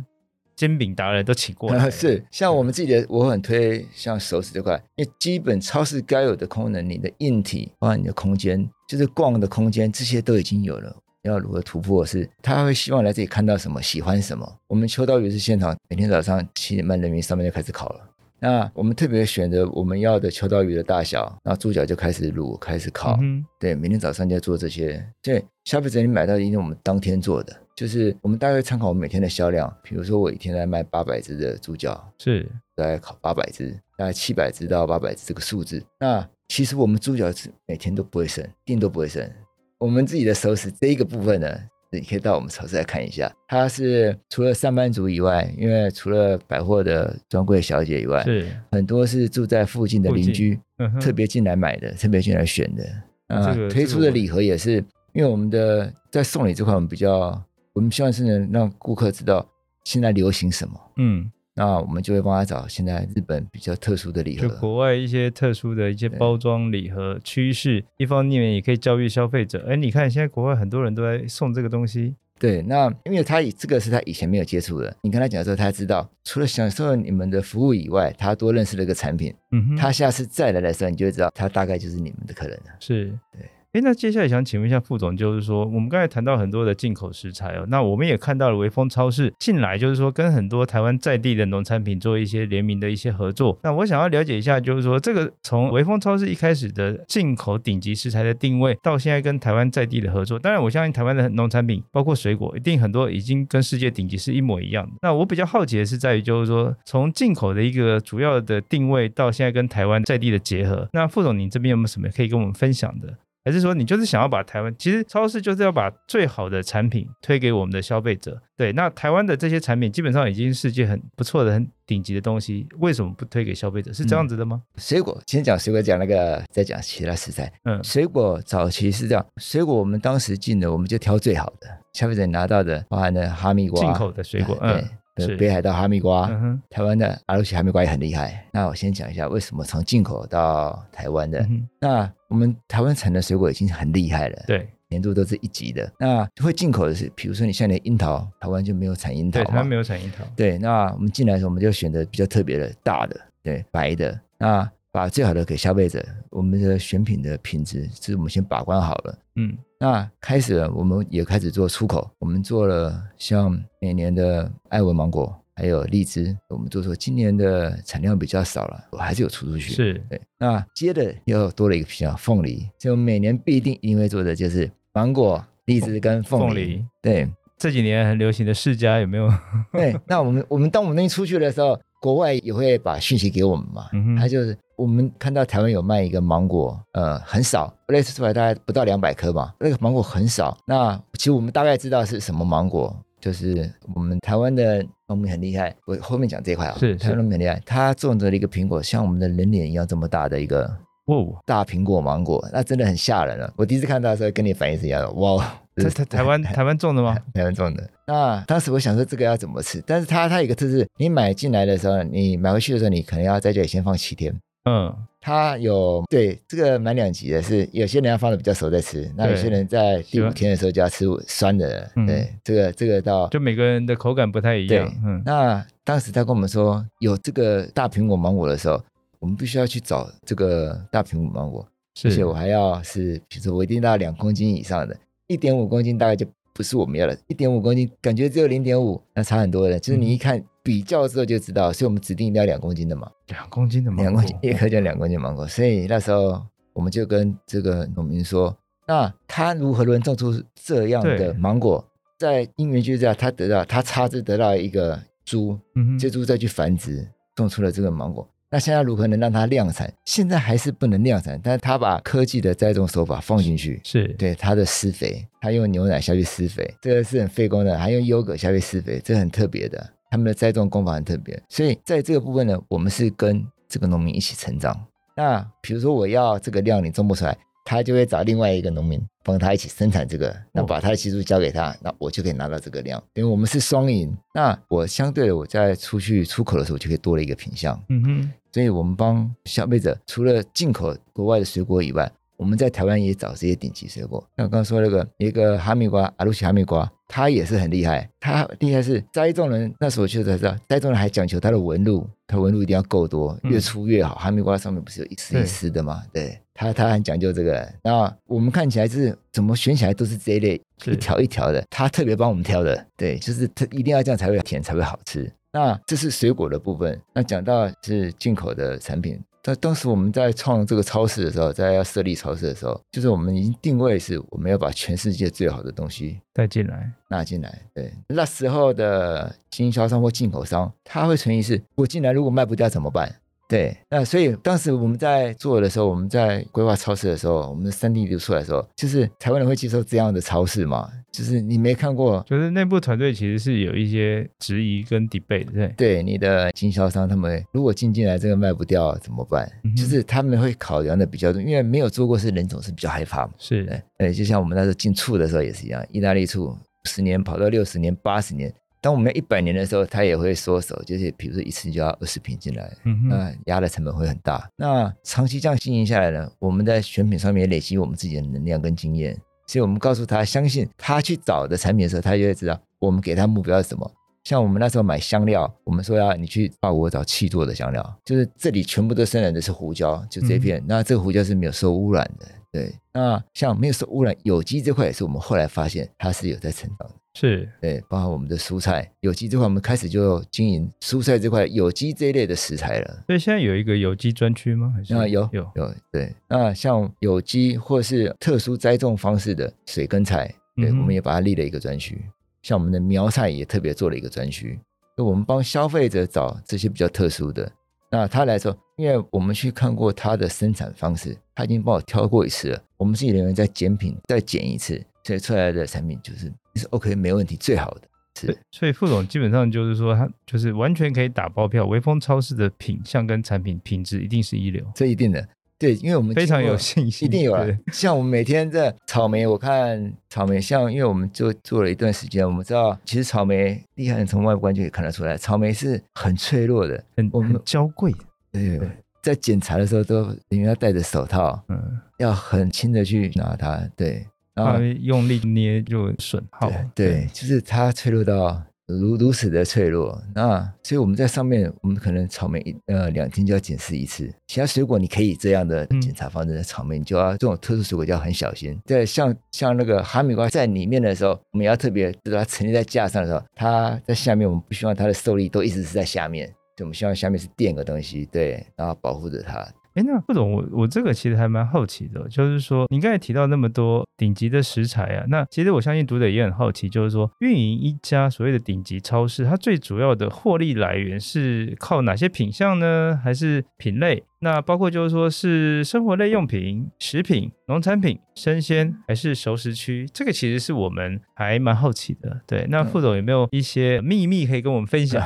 煎饼达人都请过 来，呃是像我们自己的，我很推像手指这块，因为基本超市该有的功能，你的硬体，包括你的空间，就是逛的空间，这些都已经有了。要如何突破是，他会希望来这里看到什么，喜欢什么。我们秋刀鱼是现场，每天早上七点半人民上面就开始烤了。那我们特别选择我们要的秋刀鱼的大小，那猪脚就开始卤，开始烤。嗯对，每天早上就要做这些。对，消费者你买到一定我们当天做的，就是我们大概参考我们每天的销量，比如说我一天在卖八百只的猪脚，哼，是大概烤八百只，大概七百只到八百只这个数字。那其实我们猪脚是每天都不会剩，一定都不会剩。我们自己的熟食这一个部分呢，你可以到我们超市来看一下。它是除了上班族以外，因为除了百货的专柜小姐以外，是，很多是住在附近的附邻近居，嗯哼哎特别进来买的，特别进来选的。啊啊这个，推这个出的我礼盒也是，因为我们的在送礼这块，我们比较我们希望是能让顾客知道现在流行什么，嗯，那我们就会帮他找现在日本比较特殊的礼就盒。国外一些特殊的一些对包装礼盒趋势，一方面也可以教育消费者。哎，你看现在国外很多人都在送这个东西，对，那因为他以这个是他以前没有接触的，你跟他讲的时候，他知道除了享受你们的服务以外，他多认识了一个产品。嗯哼，他下次再来的时候，你就会知道他大概就是你们的客人了。是对。哎，那接下来想请问一下副总，就是说我们刚才谈到很多的进口食材哦，那我们也看到了微风超市近来就是说跟很多台湾在地的农产品做一些联名的一些合作。那我想要了解一下，就是说这个从微风超市一开始的进口顶级食材的定位，到现在跟台湾在地的合作，当然我相信台湾的农产品包括水果，一定很多已经跟世界顶级是一模一样的。那我比较好奇的是在于，就是说从进口的一个主要的定位到现在跟台湾在地的结合，那副总你这边有没有什么可以跟我们分享的？还是说你就是想要把台湾，其实超市就是要把最好的产品推给我们的消费者。对，那台湾的这些产品基本上已经是件很不错的、很顶级的东西，为什么不推给消费者？是这嗯样子的吗？水果先讲水果，讲那个，再讲其他食材。嗯水果早期是这样，水果我们当时进的，我们就挑最好的，消费者拿到的，包含了哈密瓜，进口的水果，啊嗯对，啊是北海道哈密瓜，嗯哼，台湾的阿鲁奇哈密瓜也很厉害。那我先讲一下为什么从进口到台湾的。嗯哼那我们台湾产的水果已经很厉害了，对年度都是一级的。那会进口的是，比如说你像你的樱桃，台湾就没有产樱桃对，嘛台湾没有产樱桃，对，那我们进来的时候，我们就选择比较特别的大的，对，白的，那把最好的给消费者。我们的选品的品质是我们先把关好了。嗯那开始了我们也开始做出口，我们做了像每年的艾文芒果，还有荔枝，我们做说今年的产量比较少了，我还是有出出去。是对，那接着又多了一个品种凤梨，所以我们每年必定一定会做的就是芒果、荔枝跟凤梨。凤梨对，这几年很流行的世家有没有？ 对，那我们我们当我们东西出去的时候，国外也会把讯息给我们嘛。嗯哼他就是我们看到台湾有卖一个芒果，呃，很少，类似出来大概不到两百颗吧。那个芒果很少，那其实我们大概知道是什么芒果，就是我们台湾的农民很厉害。我后面讲这一块啊，是是台湾农民很厉害，他种的一个苹果像我们的人脸一样这么大的一个哇，大苹果芒果，那真的很吓人了、啊我第一次看到的时候跟你反应是一样的，哇！哦在台台湾台湾种的吗？台湾种的。那当时我想说这个要怎么吃，但是它它有一个特质，你买进来的时候，你买回去的时候，你可能要在这里先放七天。嗯，它有对这个蛮两极的是，有些人要放的比较熟再吃，那有些人在第五天的时候就要吃酸的了。嗯对，这个这个到就每个人的口感不太一样对，嗯那当时他跟我们说有这个大苹果芒果的时候，我们必须要去找这个大苹果芒果，而是且我还要是，比如说我一定要两公斤以上的，一点五公斤大概就不是我们要的，一点五公斤感觉只有零点五，那差很多了。就是嗯你一看比较之后就知道，所以我们指定一定要两公斤的嘛，两公斤的芒两果公斤，一颗就两公斤芒果。所以那时候我们就跟这个农民说，那他如何能种出这样对的芒果？在因缘际会下，他得到他插枝得到一个株，嗯这哼，株再去繁殖，种出了这个芒果。那现在如何能让它量产？现在还是不能量产，但是它把科技的栽种手法放进去，是对它的施肥，它用牛奶下去施肥，这个是很费工的，还用优格下去施肥，这很特别的。他们的栽种工法很特别，所以在这个部分呢，我们是跟这个农民一起成长。那比如说我要这个量你种不出来，他就会找另外一个农民帮他一起生产这个，那把他的技术交给他，那我就可以拿到这个量，因为我们是双赢。那我相对的，我在出去出口的时候，我就可以多了一个品项。嗯哼。所以我们帮消费者除了进口国外的水果以外，我们在台湾也找这些顶级水果。像我刚刚说那个一个哈密瓜，阿鲁奇哈密瓜，它也是很厉害。它厉害是栽种人那时候我去才知道，栽种人还讲求它的纹路，它纹路一定要够多，嗯越粗越好。哈密瓜上面不是有一丝一丝的吗？对，它它很讲究这个。那我们看起来就是怎么选起来都是这一类是一条一条的，它特别帮我们挑的。对，就是它一定要这样才会甜才会好吃。那这是水果的部分。那讲到是进口的产品，那当时我们在创这个超市的时候，在要设立超市的时候，就是我们已经定位是我们要把全世界最好的东西带进来，纳进来。对，那时候的经销商或进口商，他会存疑是：我进来如果卖不掉怎么办？对，那所以当时我们在做的时候，我们在规划超市的时候，我们的三 D 流出来的时候，就是台湾人会接受这样的超市嘛？就是你没看过，就是内部团队其实是有一些质疑跟 debate，对，对你的经销商，他们如果进进来这个卖不掉怎么办？嗯哼就是他们会考量的比较多，因为没有做过事的人总是比较害怕嘛。是哎对，呃，就像我们那时候进醋的时候也是一样，意大利醋十年跑到六十年、八十年。当我们一百年的时候，它也会缩手，就是比如说一次就要二十瓶进来，嗯哼，那呃压的成本会很大。那长期这样经营下来呢，我们在选品上面也累积我们自己的能量跟经验，所以我们告诉他，相信他去找的产品的时候，他就会知道我们给他目标是什么。像我们那时候买香料，我们说要你去法国找气做的香料，就是这里全部都生产的是胡椒，就这一片。那这个胡椒是没有受污染的，对。那像没有受污染，有机这块也是我们后来发现它是有在成长的。是，对，包含我们的蔬菜、有机这块，我们开始就经营蔬菜这块、有机这一类的食材了。所以现在有一个有机专区吗？还是那啊有有，有对，那像有机或是特殊栽种方式的水耕菜，对，嗯哼我们也把它立了一个专区。像我们的苗菜也特别做了一个专区，就我们帮消费者找这些比较特殊的。那他来说，因为我们去看过他的生产方式，他已经帮我挑过一次了，我们自己人员再检品再检一次，所以出来的产品就是是 OK 没问题最好的。对所以副总基本上就是说，他就是完全可以打包票，微风超市的品相跟产品品质一定是一流，这一定的，对，因为我们非常经过有信心，一定有啊嗯对。像我们每天在草莓，我看草莓，像因为我们就做了一段时间，我们知道其实草莓厉害人从外观就可以看得出来，草莓是很脆弱的。很我们很娇贵，对，在检查的时候都你们要戴着手套，嗯，要很轻的去拿它。对，然他后用力捏就损耗啊对，对，就是它脆弱到如如此的脆弱。那所以我们在上面，我们可能草莓一呃两天就要检视一次，其他水果你可以这样的嗯检查方式，草莓你就要这种特殊水果就要很小心。对，像像那个哈密瓜在里面的时候，我们也要特别知道它沉淀在架上的时候，它在下面，我们不希望它的受力都一直是在下面。所以我们希望下面是垫个东西，对，然后保护着它。哎，那副总，我我这个其实还蛮好奇的，就是说你刚才提到那么多顶级的食材啊，那其实我相信读者也很好奇，就是说运营一家所谓的顶级超市，它最主要的获利来源是靠哪些品项呢？还是品类？那包括就是说是生活类用品、食品、农产品、生鲜，还是熟食区？这个其实是我们还蛮好奇的。对，那副总有没有一些秘密可以跟我们分享？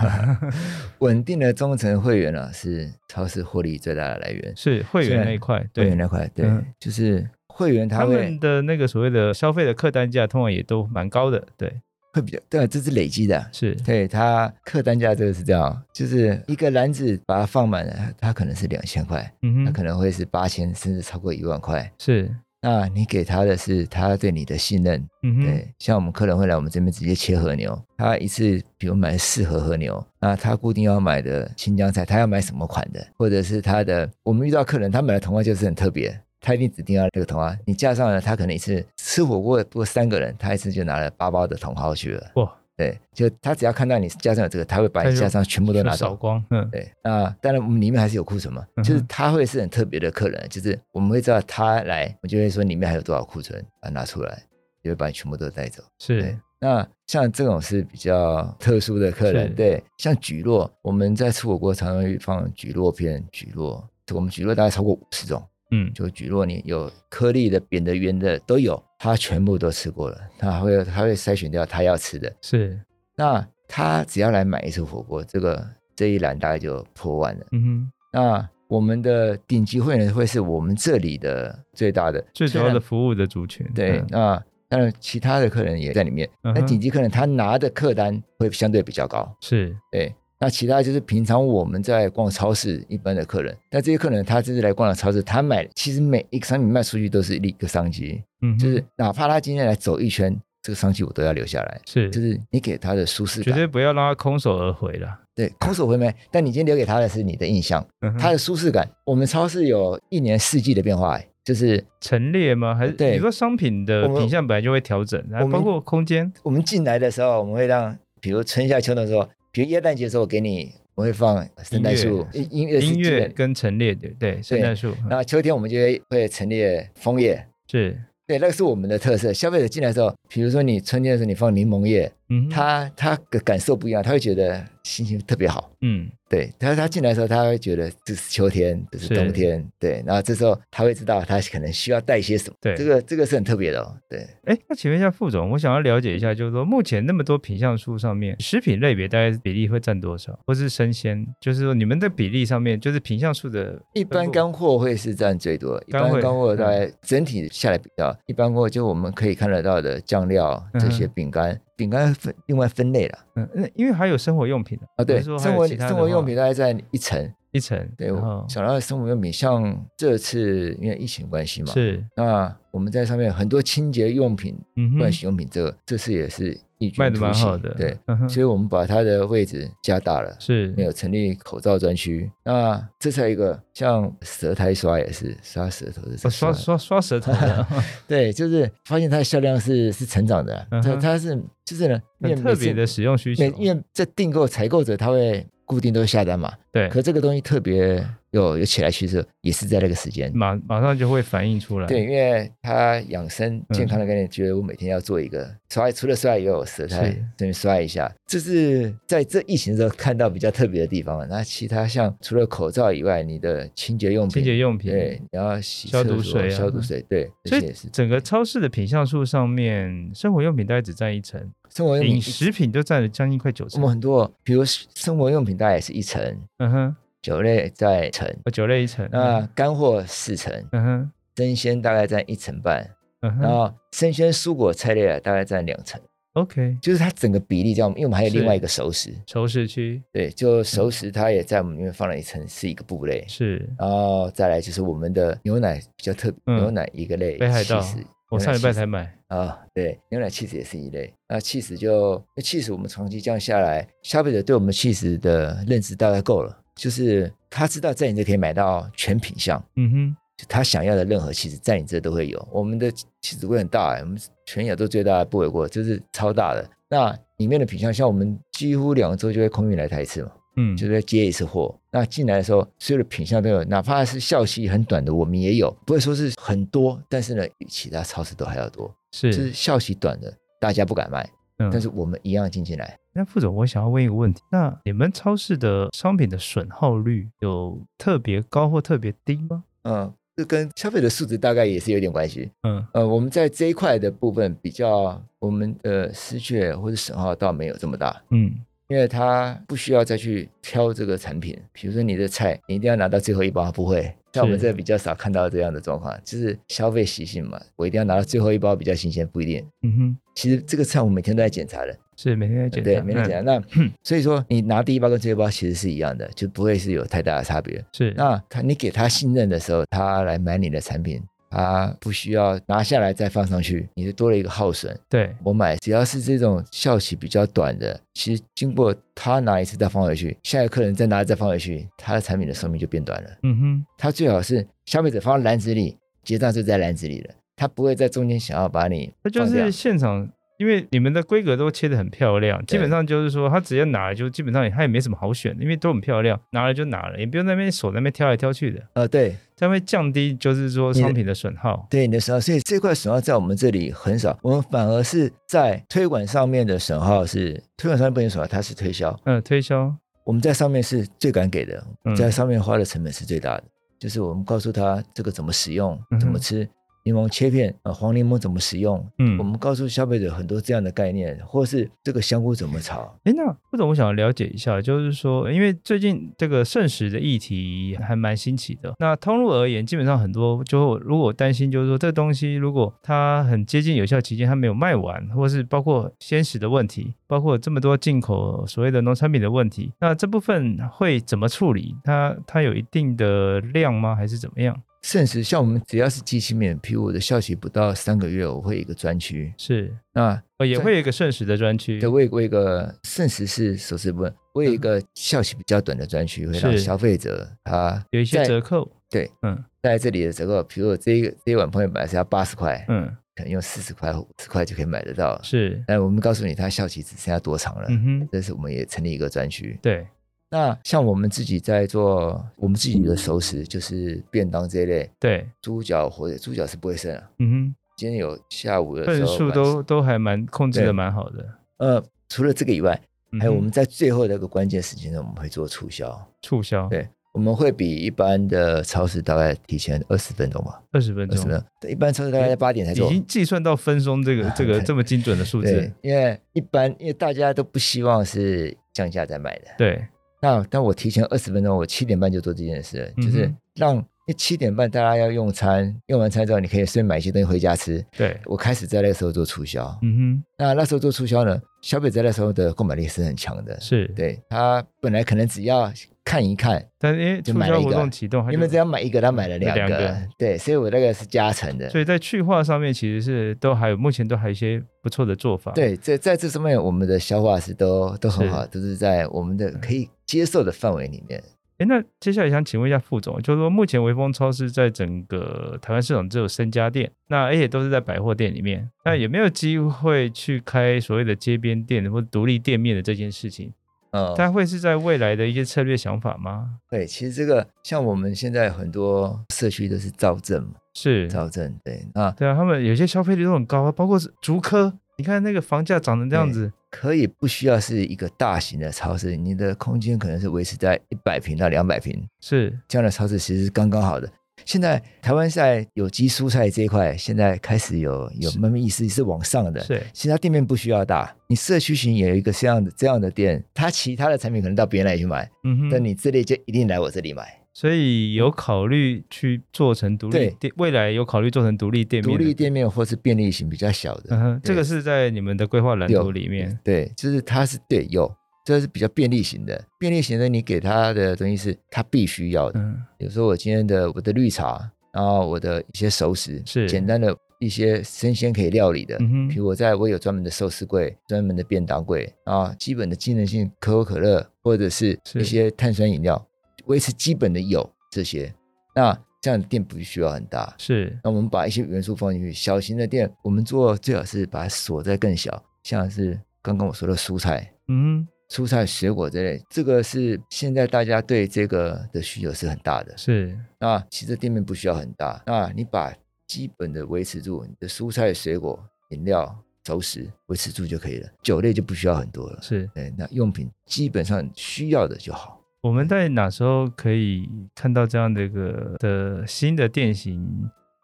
稳定的忠诚会员呢、啊是超市获利最大的来源。是会员那一块，对，会员那块，对，嗯就是会员他他会们的那个所谓的消费的客单价通常也都蛮高的，对，会比较对，这是累积的。是，对它客单价这个是这样，就是一个篮子把它放满了，它可能是两千块，嗯它哼，可能会是八千，甚至超过一万块。是，那你给他的是他对你的信任，嗯哼，对，像我们客人会来我们这边直接切和牛，他一次比如买四盒和牛，那他固定要买的新疆菜，他要买什么款的，或者是他的，我们遇到客人他买的同花就是很特别，他一定指定要那个同花，你架上了，他可能一次吃火锅不过三个人，他一次就拿了八包的茼蒿去了。哇，对，就他只要看到你架上有这个，他会把他你就架上全部都就拿扫走。光，嗯，对，那当然我们里面还是有库存嘛，就是嗯哼他会是很特别的客人，就是我们会知道他来，我就会说里面还有多少库存，把它拿出来，就会把你全部都带走。对是，，那像这种是比较特殊的客人是，对，像菊络，我们在吃火锅常常会放菊络片、菊络，我们菊络大概超过五十种，嗯，就菊络你有颗粒的、扁的、圆的都有，他全部都吃过了，他还会他会筛选掉他要吃的，是，那他只要来买一次火锅，这个这一栏大概就破万了。嗯哼，那我们的顶级会员会是我们这里的最大的，最主虽要然的服务的族群，对，嗯那当然其他的客人也在里面。嗯那哼顶级客人他拿的客单会相对比较高，是，对。那其他就是平常我们在逛超市一般的客人，那这些客人他这次来逛了超市，他买其实每一个商品卖出去都是一个商机，嗯哼，就是哪怕他今天来走一圈，这个商机我都要留下来，是，就是你给他的舒适绝感，对不要让他空手而回了，对，空手回门。但你今天留给他的是你的印象，嗯哼它的舒适感。我们超市有一年四季的变化、欸，就是陈列吗？还是对你说商品的我们品相本来就会调整，还我们包括空间，我们进来的时候，我们会让，比如春夏秋冬的时候，比如耶诞节的时候，我给你，我会放圣诞树、音音乐、音乐。跟陈列，对对，圣诞树嗯然后秋天我们就会会陈列枫叶，是，对，那个是我们的特色。消费者进来的时候，比如说你春天的时候你放柠檬叶，嗯哼，他他的感受不一样，他会觉得心情特别好。嗯，对，他他进来的时候，他会觉得这是秋天，这是是冬天，对，然后这时候他会知道他可能需要带些什么，对这个这个是很特别的、哦，对，哎，那请问一下副总，我想要了解一下，就是说目前那么多品相书上面，食品类别大概比例会占多少，或是生鲜？就是说你们的比例上面，就是品相数的一般干货会是占最多，一干般货嗯干货大概整体下来比较，一般干货就我们可以看得到的酱料这些饼干，饼干分另外分类了嗯，那因为还有生活用品啊，对，还是说还有生活其他的嗯生活话用品大概在一层，一层，对，然我后想到生活用品，像这次因为疫情关系嘛，是，那我们在上面很多清洁用品、嗯哼盥，洗用品，这个这次也是异卖的军突蛮起好的，对，嗯哼，所以我们把它的位置加大了。是没有成立口罩专区，那这才有一个像舌苔刷也是刷舌头的、哦刷刷刷舌头的，对，就是发现它的销量是是成长的啊，嗯它哼它是就是呢， 因为很特每次别的使用需求每，因为这订购采购者他会固定都下单嘛，对，可这个东西特别有有起来趋势，也是在那个时间。马马上就会反映出来，对，因为他养生嗯健康的概念，觉得我每天要做一个刷，除了刷以外，有舌苔是这边刷一下，这是在这疫情的时候看到比较特别的地方了。啊那其他像除了口罩以外，你的清洁用清品，洁用品，对，然后洗消厕毒所水啊消毒水，对，所这些以也是整个超市的品项数上面，生活用品大概只占一层，生活用品饮。食品就占了将近快九我成们。很多，比如生活用品，大概也是一层，嗯哼，酒类在一层，哦，酒类一层。那干货四层，嗯哼，生鲜大概占一层半，嗯哼然后生鲜蔬果菜类啊大概占两层， ，OK，就是它整个比例这样。因为我们还有是嗯另外一个熟食，熟食区对，就熟食它也在我们里面放了一层，是一个部类。是然后再来就是我们的牛奶比较特别，嗯牛奶一个类，北海道 cheese，我牛上奶礼拜 cheese 才买，啊、对，牛奶 cheese 也是一类。那 cheese 就那 cheese 我们长期这样下来，消费者对我们 cheese 的认知大概够了，就是他知道在你这可以买到全品项。嗯哼，就他想要的任何气质，在你这都会有。我们的气质会很大、欸，我们全亚洲最大的不为过，就是超大的。那里面的品相，像我们几乎两周就会空运来台一次嘛，嗯，就是在接一次货。那进来的时候，所有的品相都有，哪怕是效期很短的，我们也有，不会说是很多，但是呢，比其他超市都还要多。就是是，效期短的，大家不敢卖，嗯但是我们一样进进来。那副总，我想要问一个问题，那你们超市的商品的损耗率有特别高或特别低吗？嗯，这跟消费者素质大概也是有点关系。嗯，呃，我们在这一块的部分比较，我们的失血或者损耗倒没有这么大，嗯，因为它不需要再去挑这个产品。比如说你的菜，你一定要拿到最后一包，它不会。像我们是这比较少看到这样的状况，就是消费习性嘛，我一定要拿到最后一包比较新鲜，不一定。嗯哼，其实这个菜我每天都在检查的，是每天在检查，对，每天检嗯查。啊那所以说，你拿第一包跟最后一包其实是一样的，就不会是有太大的差别。嗯是，那他你给他信任的时候，他来买你的产品，他不需要拿下来再放上去，你就多了一个耗损。对，我买只要是这种效期比较短的，其实经过他拿一次再放回去，下一个客人再拿再放回去，他的产品的寿命就变短了。嗯哼，他最好是消费者放到篮子里，结账就在篮子里了，他不会在中间想要把你它就放掉是现场，因为你们的规格都切得很漂亮，基本上就是说，他直接拿了就基本上也他也没什么好选的，因为都很漂亮，拿了就拿了，也不用在那边手在那边挑来挑去的，呃对这样会降低就是说你的商品的损耗。对你的损耗，所以这块损耗在我们这里很少，我们反而是在推广上面的损耗是推广上面不能损耗，它是推销。嗯，推销，我们在上面是最敢给的，嗯在上面花的成本是最大的，就是我们告诉他这个怎么使用嗯哼，怎么吃。柠檬切片啊、呃黄柠檬怎么使用？嗯我们告诉消费者很多这样的概念，或是这个香菇怎么炒。哎，那或者我想了解一下，就是说，因为最近这个剩食的议题还蛮新奇的。那通路而言，基本上很多就如果我担心，就是说这东西如果它很接近有效期间，它没有卖完，或是包括鲜食的问题，包括这么多进口所谓的农产品的问题，那这部分会怎么处理？它它有一定的量吗？还是怎么样？甚至像我们只要是机器面，譬如我的效期不到三个月，我会有一个专区。是，那哦，也在会有一个剩食的专区对，。我有我有一个甚至是首饰部分，我有一个效期比较短的专区，会让嗯是消费者他有一些在折扣，对，嗯在这里的折扣，比如我这一个这一碗泡面本来是要八十块，嗯，可能用四十块、五十块就可以买得到。是，但我们告诉你，它效期只剩下多长了。嗯哼，这是我们也成立一个专区。对，那像我们自己在做我们自己的熟食，就是便当这一类，对，猪脚或者猪脚是不会剩啊。嗯哼。今天有下午的时份候数都都还蛮控制的对蛮好的。呃，除了这个以外，还有嗯哼我们在最后的一个关键时间呢，我们会做促销。促销，对我们会比一般的超市大概提前二十分钟吧，二十分二十钟哎分，钟。对一般超市大概在八点才已做。经计算到分钟这个这个这么精准的数对字。，因为一般因为大家都不希望是降价再买的，对，那但我提前二十分钟，我七点半就做这件事了，嗯哼就是让因为七点半大家要用餐，用完餐之后你可以顺便买一些东西回家吃。对，我开始在那个时候做促销，嗯那那时候做促销呢，小北在那时候的购买力是很强的哼，。是，对他本来可能只要看一看，但因为就促买了销一活个啊动启动，它因就为只要买一个，他买了两两个，个对，所以我那个是加成的。所以在去化上面其实是都还有目前都还有一些不错的做法。，对，在在这上面，我们的消化是都都很是嗯好，都是在我们的可以接受的范围里面。哎，那接下来想请问一下副总，就是说目前微风超市在整个台湾市场只有三家店，那而且都是在百货店里面，那嗯有没有机会去开所谓的街边店或独立店面的这件事情？嗯，它会是在未来的一些策略想法吗？对，其实这个像我们现在很多社区都是造镇嘛，是，造镇对啊，对啊，他们有些消费力都很高啊，包括是竹科，你看那个房价涨成这样对子，可以不需要是一个大型的超市，你的空间可能是维持在一百平到两百平是这样的超市，其实是刚刚好的。现在台湾在有机蔬菜这一块，现在开始有有慢慢意思是往上的。是其他店面不需要大，你社区型也有一个这样的这样的店，它其他的产品可能到别人那里去买，嗯哼，但你这里就一定来我这里买。所以有考虑去做成独立对店，未来有考虑做成独立店面独的。立店面或是便利型比较小的，嗯哼，这对个是在你们的规划蓝有图里面。对，就是它是对有，这是比较便利型的。便利型的，你给它的东西是它必须要的。嗯，有时候我今天的我的绿茶，然后我的一些熟食，是简单的一些生鲜可以料理的。嗯哼比如我在我有专门的寿司柜、专门的便当柜啊，基本的机能性可口可乐或者是是一些碳酸饮料，维持基本的有这些。那这样的店不需要很大，是那我们把一些元素放进去。小型的店，我们做最好是把它锁在更小，像是刚刚我说的蔬菜、嗯蔬菜、水果这类，这个是现在大家对这个的需求是很大的哼，。是那其实店面不需要很大，那你把基本的维持住，你的蔬菜、水果、饮料、熟食维持住就可以了，酒类就不需要很多了。是。对，那用品基本上需要的就好。我们在哪时候可以看到这样的一个的新的店型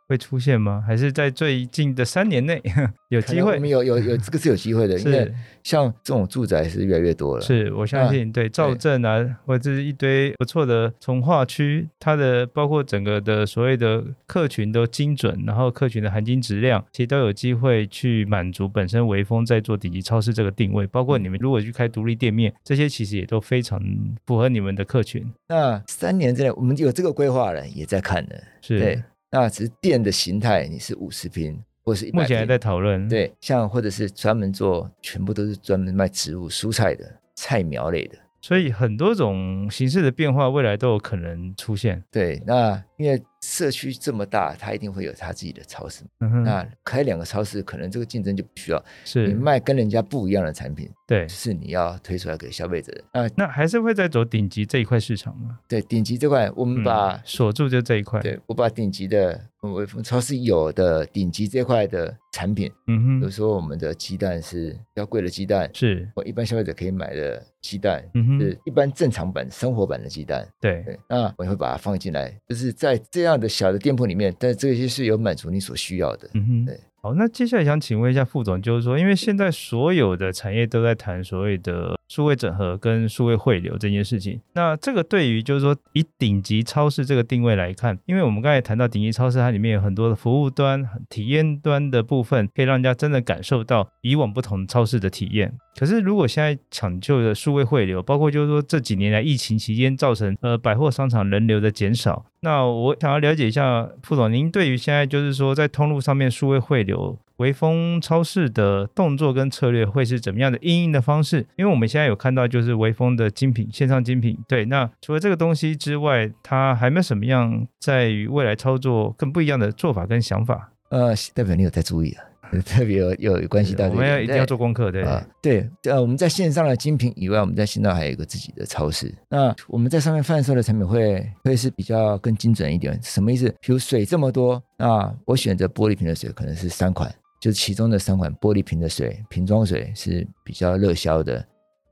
会出现吗？还是在最近的三年内 有可机能我会们？有有有这个是有机会的，因为 是像这种住宅是越来越多了。是我相那信，对赵镇啊，或者是一堆不错的从化区，它的包括整个的所谓的客群都精准，然后客群的含金质量，其实都有机会去满足本身微风在做顶级超市这个定位。包括嗯你们如果去开独立店面，这些其实也都非常符合你们的客群。那三年之内，我们有这个规划了，也在看的。是，对，那只是店的形态，你是五十平或是一目百前还平在，讨论。，对，像或者是专门做，全部都是专门卖植物、蔬菜的、菜苗类的。所以很多种形式的变化，未来都有可能出现。对，那因为社区这么大，它一定会有它自己的超市。嗯哼，那开两个超市，可能这个竞争就不需要。你是，卖跟人家不一样的产品，对。是你要推出来给消费者的。那那还是会在走顶级这一块市场吗？对顶级这块，我们把、嗯锁住就这一块。对我把顶级的我们超市有的顶级这块的产品，嗯比如哼，说我们的鸡蛋是比较贵的鸡蛋，是，我一般消费者可以买的鸡蛋，嗯哼是，一般正常版、生活版的鸡蛋。对，对，那我也会把它放进来，就是在这样的小的店铺里面，但这些是有满足你所需要的。嗯哼对。好，那接下来想请问一下副总，就是说，因为现在所有的产业都在谈所谓的数位整合跟数位汇流这件事情，那这个对于就是说以顶级超市这个定位来看，因为我们刚才谈到顶级超市，它里面有很多的服务端、体验端的部分，可以让人家真的感受到以往不同超市的体验。可是如果现在抢救的数位汇流，包括就是说这几年来疫情期间造成呃百货商场人流的减少，那我想要了解一下副总，您对于现在就是说在通路上面数位汇流。微风超市的动作跟策略会是怎么样的应用的方式？因为我们现在有看到，就是微风的精品线上精品，对。那除了这个东西之外，它还没有什么样在于未来操作更不一样的做法跟想法？呃，代表你有在注意啊， 特别有有有关系到嗯我这们要点一定要对做功课，对。啊，对，呃，我们在线上的精品以外，我们在线上还有一个自己的超市。那我们在上面贩售的产品会会是比较更精准一点。什么意思？比如水这么多，那我选择玻璃瓶的水可能是三款，就是其中的三款玻璃瓶的水，瓶装水是比较热销的。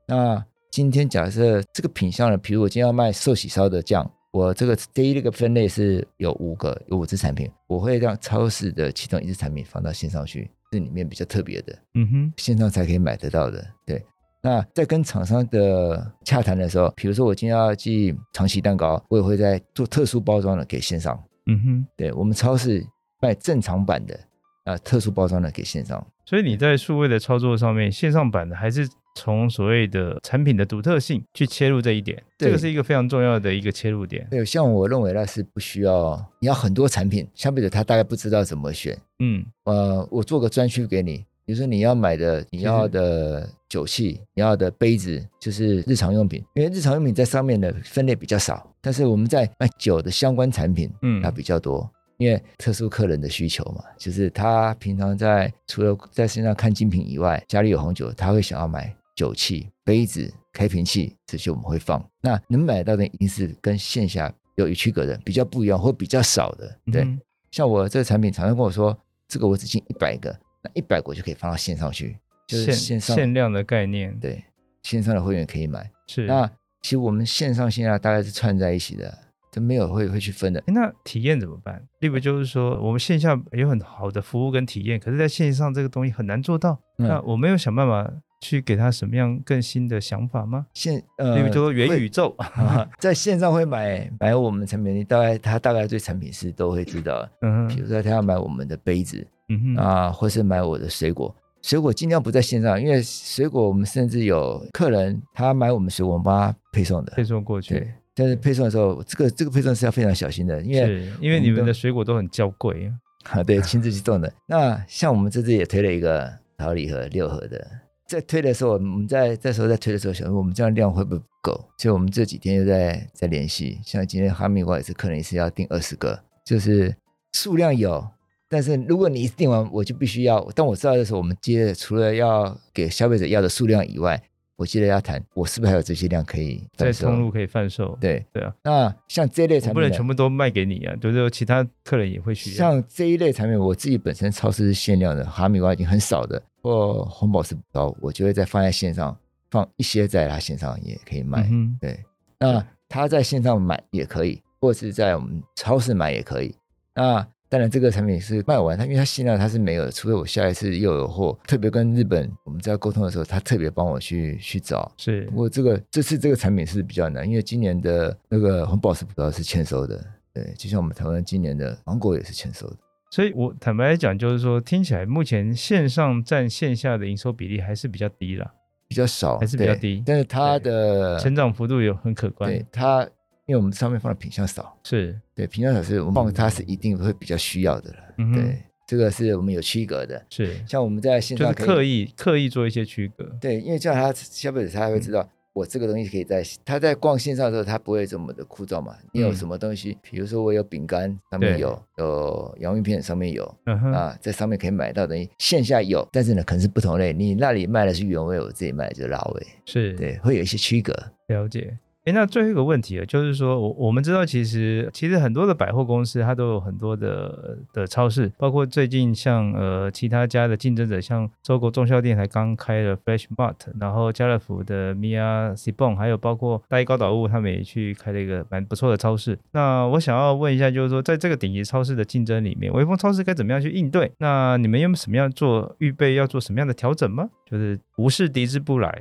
那今天假设这个品相呢，比如我今天要卖寿喜烧的酱。我这个第一个分类是有五个，有五只产品，我会让超市的其中一只产品放到线上去，这里面比较特别的。嗯哼，线上才可以买得到的。对，那在跟厂商的洽谈的时候，比如说我今天要寄长崎蛋糕，我也会在做特殊包装的给线上。嗯哼。对我们超市卖正常版的，啊，特殊包装的给线上。所以你在数位的操作上面，线上版的还是从所谓的产品的独特性去切入这一点，对这个是一个非常重要的一个切入点。对，像我认为那是不需要，你要很多产品，消费者他大概不知道怎么选。嗯，呃，我做个专区给你，比如说你要买的、你要的酒器、你要的杯子，就是日常用品，因为日常用品在上面的分类比较少，但是我们在卖酒的相关产品，嗯它比较多。因为特殊客人的需求嘛，就是他平常在除了在身上看精品以外，家里有红酒，他会想要买酒器、杯子、开瓶器，这些我们会放。那能买到的一定是跟线下有有区隔的，比较不一样或比较少的，对。嗯哼像我这个产品，厂商跟我说，这个我只进一百个，那一百个我就可以放到线上去，就是限线上限量的概念，对线上的会员可以买。是那其实我们线上线下大概是串在一起的，就没有会会去分的。诶那体验怎么办？例如就是说，我们线下有很好的服务跟体验，可是在线上这个东西很难做到。嗯那我没有想办法去给他什么样更新的想法吗？线呃，例如就说元宇宙，会啊 在线上会买买我们产品，大概他大概对产品是都会知道的。嗯比如哼说他要买我们的杯子嗯哼，啊，或是买我的水果。水果尽量不在线上，因为水果我们甚至有客人他买我们水果，我们帮他配送的配。送过去对，但是配送的时候，这个这个配送是要非常小心的，因为是因为我们你们都的水果都很娇贵啊。啊， 对，亲自去送的。那像我们这次也推了一个桃礼盒六盒的，在推的时候，我们在这时候在推的时候，想说我们这样量会不会不够？所以我们这几天又在在联系，像今天哈密瓜也是客人也是要订二十个，就是数量有。但是如果你一订完，我就必须要。但我知道的时候，我们接着除了要给消费者要的数量以外，我接着要谈我是不是还有这些量可以在贩售通路可以贩售，对对啊，那像这类产我品不能呢全部都卖给你啊，就是说其他客人也会需要。像这一类产品，我自己本身超市是限量的，哈密瓜已经很少的，或红宝石不高，我就会再放在线上，放一些在它线上也可以卖。嗯对，那他在线上买也可以，或是在我们超市买也可以。那当然，这个产品是卖完，它因为它限量它是没有的，除非我下一次又有货。特别跟日本我们在沟通的时候，他特别帮我去去找。哼，是不过这个这次这个产品是比较难，因为今年的那个红宝石葡萄是欠收的，对，就像我们台湾今年的芒果也是欠收的。所以我坦白讲，就是说，听起来目前线上占线下的营收比例还是比较低啦，比较少，还是比较对低但是它的成长幅度有很可观对。它，因为我们上面放的品相少，是，对品相少是我们放它是一定会比较需要的了。嗯哼，对，这个是我们有区隔的。是，像我们在线就上是可以刻意刻意做一些区隔。对，因为这样他消费者他会知嗯道。我这个东西可以在他在逛线上的时候，他不会这么的枯燥嘛？你有嗯什么东西？比如说我有饼干，上面对有；有洋芋片，上面有。嗯哼，啊，在上面可以买到的东西，线下有，但是呢，可能是不同类。你那里卖的是原味，我这里卖的就是辣味，是，对，会有一些区隔。了解。哎，那最后一个问题啊，就是说我我们知道，其实其实很多的百货公司它都有很多的的超市，包括最近像呃其他家的竞争者，像周国中孝店才刚开了 Fresh Mart，然后家乐福的 Mia s i b o n 还有包括大一高岛屋，他们也去开了一个蛮不错的超市。那我想要问一下，就是说在这个顶级超市的竞争里面，微风超市该怎么样去应对？那你们有没有什么样做预备，要做什么样的调整吗？就是无视敌之不来，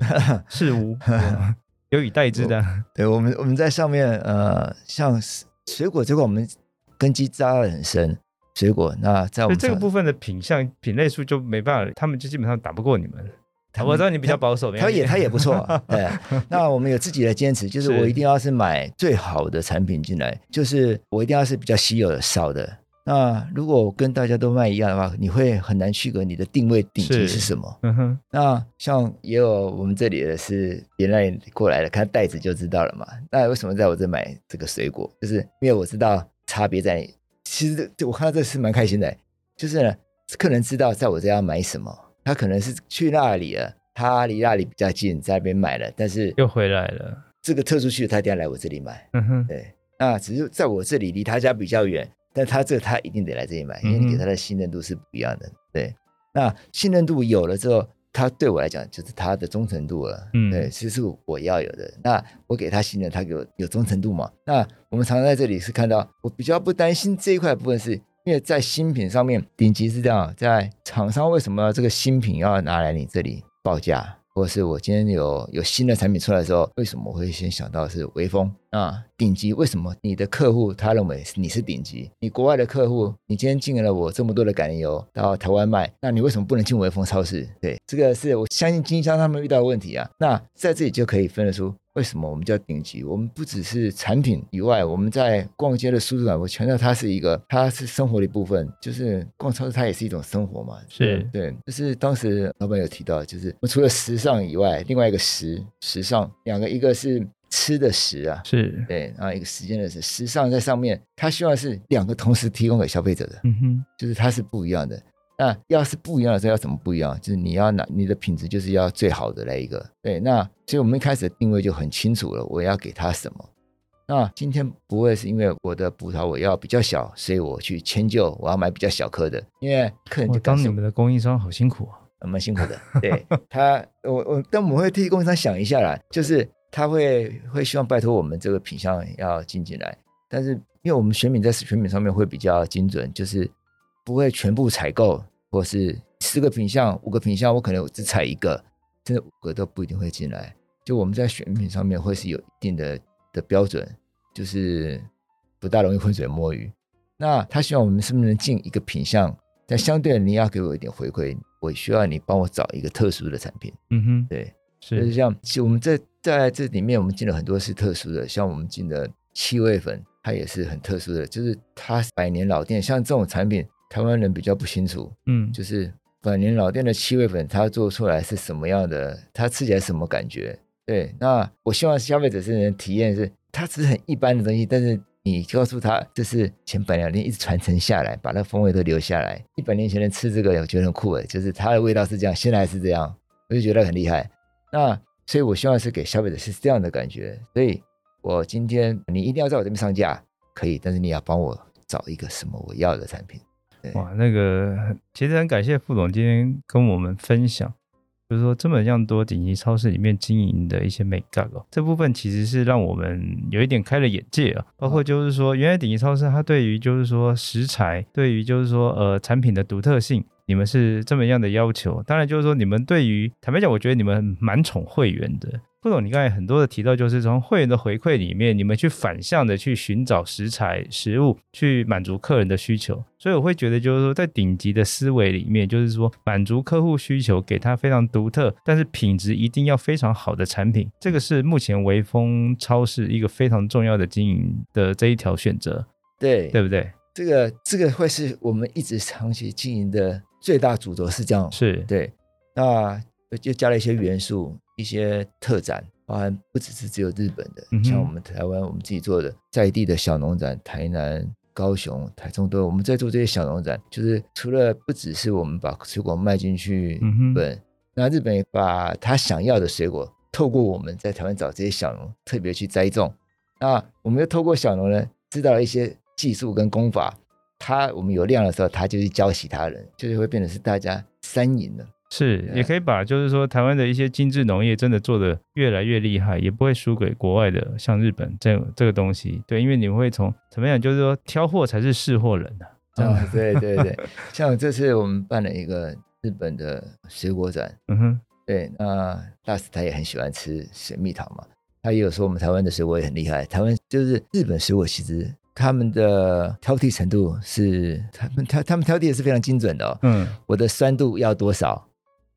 是无。有以待之的，对我们，我们在上面，呃，像是水果这块，我们根基扎得很深。水果，那在我所以们这个上部分的品相品类数就没办法，他们就基本上打不过你们。他们我知道你比较保守，没它关系也它也不错，对。那我们有自己的坚持，就是是我一定要是买最好的产品进来，就是我一定要是比较稀有的、少的。那如果我跟大家都卖一样的话，你会很难区隔你的定位顶级是是什么。 嗯哼，那像也有我们这里的是别人过来的，看袋子就知道了嘛。那为什么在我这买这个水果？就是因为我知道差别在哪里。其实这这我看到这是蛮开心的，就是呢，客人知道在我这要买什么，他可能是去那里了，他离那里比较近，在那边买了，但是又回来了。这个特殊区的他一定要来我这里买。嗯哼，对，那只是在我这里离他家比较远，但他这个他一定得来这里买，因为嗯哼你给他的信任度是不一样的。对，那信任度有了之后，他对我来讲就是他的忠诚度了。嗯对，其实是我要有的。那我给他信任，他给我有忠诚度嘛？那我们常常在这里是看到，我比较不担心这一块部分是。因为在新品上面，顶级是这样，在厂商为什么这个新品要拿来你这里报价？或者是我今天有有新的产品出来的时候，为什么我会先想到是微风啊？顶级为什么你的客户他认为你是顶级？你国外的客户，你今天进了我这么多的橄榄油到台湾卖，那你为什么不能进微风超市？对，这个是我相信经销商他们遇到的问题啊。那在这里就可以分得出。为什么我们叫顶级？我们不只是产品以外，我们在逛街的速度感，啊我强调它是一个，它是生活的一部分，就是逛超市它也是一种生活嘛。是对，就是当时老板有提到，就是我们除了时尚以外，另外一个时时尚，两个一个是吃的食啊，是，对，然后一个时间的时，时尚在上面，它希望是两个同时提供给消费者的，嗯哼，就是它是不一样的。那要是不一样的时候，要怎么不一样？就是你要拿你的品质，就是要最好的来一个。对，那所以我们一开始的定位就很清楚了，我要给他什么。那今天不会是因为我的葡萄我要比较小，所以我去迁就，我要买比较小颗的，因为客人我就当感你受们的供应商好辛苦啊。呃蛮辛苦的。对他，我我，但我们会替供应商想一下啦，就是他会会希望拜托我们这个品相要进进来，但是因为我们选品在选品上面会比较精准，就是不会全部采购，或是十个品相、五个品相，我可能只采一个，甚至五个都不一定会进来。就我们在选品上面会是有一定的的标准，就是不大容易浑水摸鱼。那他希望我们是不是能进一个品相？但相对的你要给我一点回馈，我需要你帮我找一个特殊的产品。嗯哼，对，就是是，像其实我们在在这里面，我们进了很多是特殊的，像我们进的气味粉，它也是很特殊的，就是它百年老店，像这种产品，台湾人比较不清楚，嗯，就是百年老店的气味粉，它做出来是什么样的，它吃起来什么感觉？对，那我希望消费者是能体验是，它只是很一般的东西，但是你告诉他这是前百年店一直传承下来，把那风味都留下来。一百年前人吃这个，我觉得很酷诶，就是它的味道是这样，现在还是这样，我就觉得很厉害。那所以我希望是给消费者是这样的感觉，所以我今天你一定要在我这边上架，可以，但是你要帮我找一个什么我要的产品。哇，那个其实很感谢副总今天跟我们分享，就是说这么样多顶级超市里面经营的一些美感哦，这部分其实是让我们有一点开了眼界啊。包括就是说，原来顶级超市它对于就是说食材，对于就是说呃产品的独特性。你们是这么样的要求，当然就是说，你们对于坦白讲，我觉得你们蛮宠会员的。副总，你刚才很多的提到，就是从会员的回馈里面，你们去反向的去寻找食材、食物，去满足客人的需求。所以我会觉得，就是说，在顶级的思维里面，就是说满足客户需求，给他非常独特，但是品质一定要非常好的产品。这个是目前微风超市一个非常重要的经营的这一条选择，对对不对？这个这个会是我们一直长期经营的最大主轴是这样，是，对。那又加了一些元素，一些特展，包含不只是只有日本的，嗯哼像我们台湾我们自己做的在地的小农展，台南、高雄、台中都有。我们在做这些小农展，就是除了不只是我们把水果卖进去嗯哼日本，那日本也把他想要的水果，透过我们在台湾找这些小农，特别去栽种。那我们又透过小农呢，知道了一些技术跟功法。他我们有量的时候，他就去教其他人，就是会变成是大家三赢哦了。是，对也可以把就是说台湾的一些精致农业真的做的越来越厉害，也不会输给国外的，像日本这这个东西。对，因为你们会从怎么样，就是说挑货才是识货人啊。这样啊，对对 对，像这次我们办了一个日本的水果展，嗯哼，对，那大使他也很喜欢吃水蜜桃嘛，他也有说我们台湾的水果也很厉害，台湾就是日本水果其实他们的挑剔程度是他们他他们挑剔也是非常精准的哦，嗯，我的酸度要多少，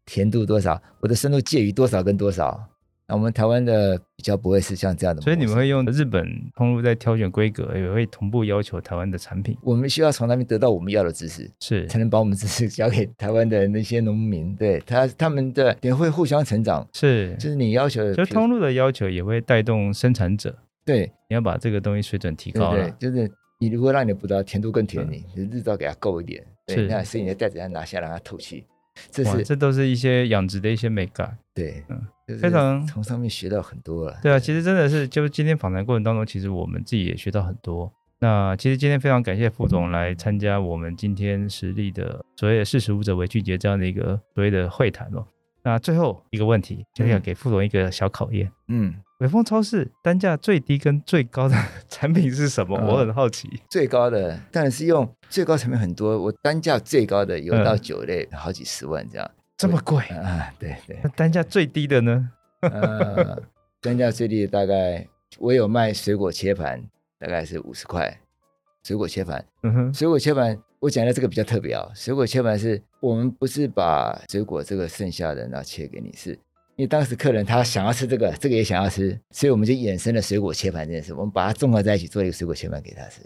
甜度多少，我的酸度介于多少跟多少。那我们台湾的比较不会是像这样的模式，所以你们会用日本通路在挑选规格，也会同步要求台湾的产品。我们需要从那边得到我们要的知识，是，才能把我们知识交给台湾的那些农民，对他他们的也会互相成长。是，就是你要求的，就是通路的要求也会带动生产者，对你要把这个东西水准提对高对了，。嗯就是你如果让你的葡萄甜度更甜，你你日照给它够一点，是对，那所以你的袋子要拿下让它透气，这哇，是这都是一些养殖的一些美感。对嗯，就是非常从上面学到很多了。 对啊，其实真的是，就是今天访谈过程当中，其实我们自己也学到很多。那其实今天非常感谢副总来参加我们今天实力的所谓的“识时务者为俊杰”这样的一个所谓的会谈哦。那最后一个问题，就是要给副总一个小考验。嗯，伟丰超市单价最低跟最高的 产品是什么？嗯我很好奇。最高的当然是用最高产品很多，我单价最高的有嗯 到九类，好几十万这样。这么贵，啊，对对，那单价最低的呢？呃，单价最低的大概我有卖水果切盘，大概是五十块。水果切盘，嗯哼，水果切盘，我讲一下这个比较特别啊。水果切盘是我们不是把水果这个剩下的然后切给你，是因为当时客人他想要吃这个，这个也想要吃，所以我们就衍生了水果切盘这件事，我们把它综合在一起做了一个水果切盘给他吃。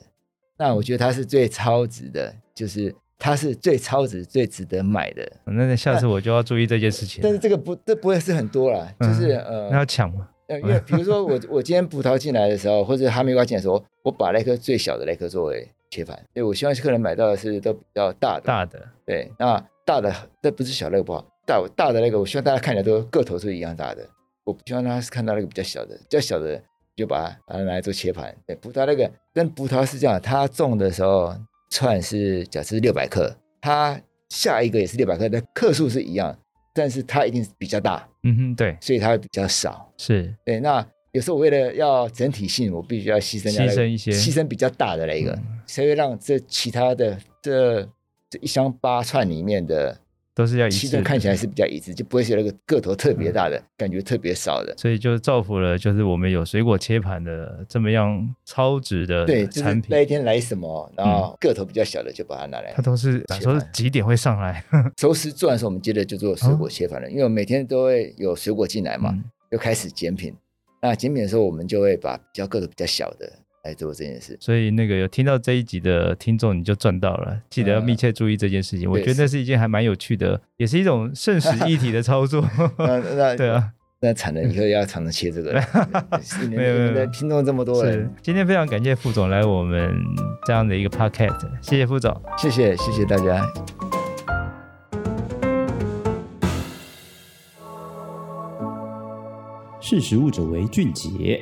那我觉得它是最超值的，就是它是最超值、最值得买的。那那下次嗯我就要注意这件事情但是了。这个不，这不会是很多啦，就是、那要呃抢吗？呃，因为比如说我我今天葡萄进来的时候，或者哈密瓜进来的时候，我把那颗最小的那颗作为切盘，所以我希望客人买到的是都比较大的。大的，对，那大的这不是小那个不好，大大的那个，我希望大家看起来都个头是一样大的，我不希望大家是看到那个比较小的，比较小的就把它把它拿来做切盘。对，葡萄那个跟葡萄是这样，它种的时候串是假设是六百克，它下一个也是六百克的克数是一样，但是它一定是比较大，嗯哼，对，所以它会比较少。是对，那有时候我为了要整体性，我必须要牺牲掉那牺个牲一些嗯牺牲比较大的那一个，才会让这其他的这这一箱八串里面的都是要一七致的嗯个看起来是比较一致，就不会是那个个头特别大的、感觉特别少的。所以就造福了，就是我们有水果切盘的这么样超值的对，就是产那品，嗯一天来什么，然后个头比较小的就把它拿来它。都是盘说几点会上来？熟食做完的时候，我们接着就做水果切盘了，因为我每天都会有水果进来嘛，哦嗯就开始减品。那减品的时候，我们就会把比较个头比较小的来做 这件事。所以那个有听到这一集的听众，你就赚到了，记得要嗯密切注意这件事情。我对觉得那是一件还蛮有趣的，也是一种瞬时一体的操 作。那那对啊，那惨了，以后要常常切这 个了。你们没有没有你们的听众这么多是人，今天非常感谢副总来我们这样的一个 podcast，谢谢副总。谢谢谢谢大家。识时务者为俊杰。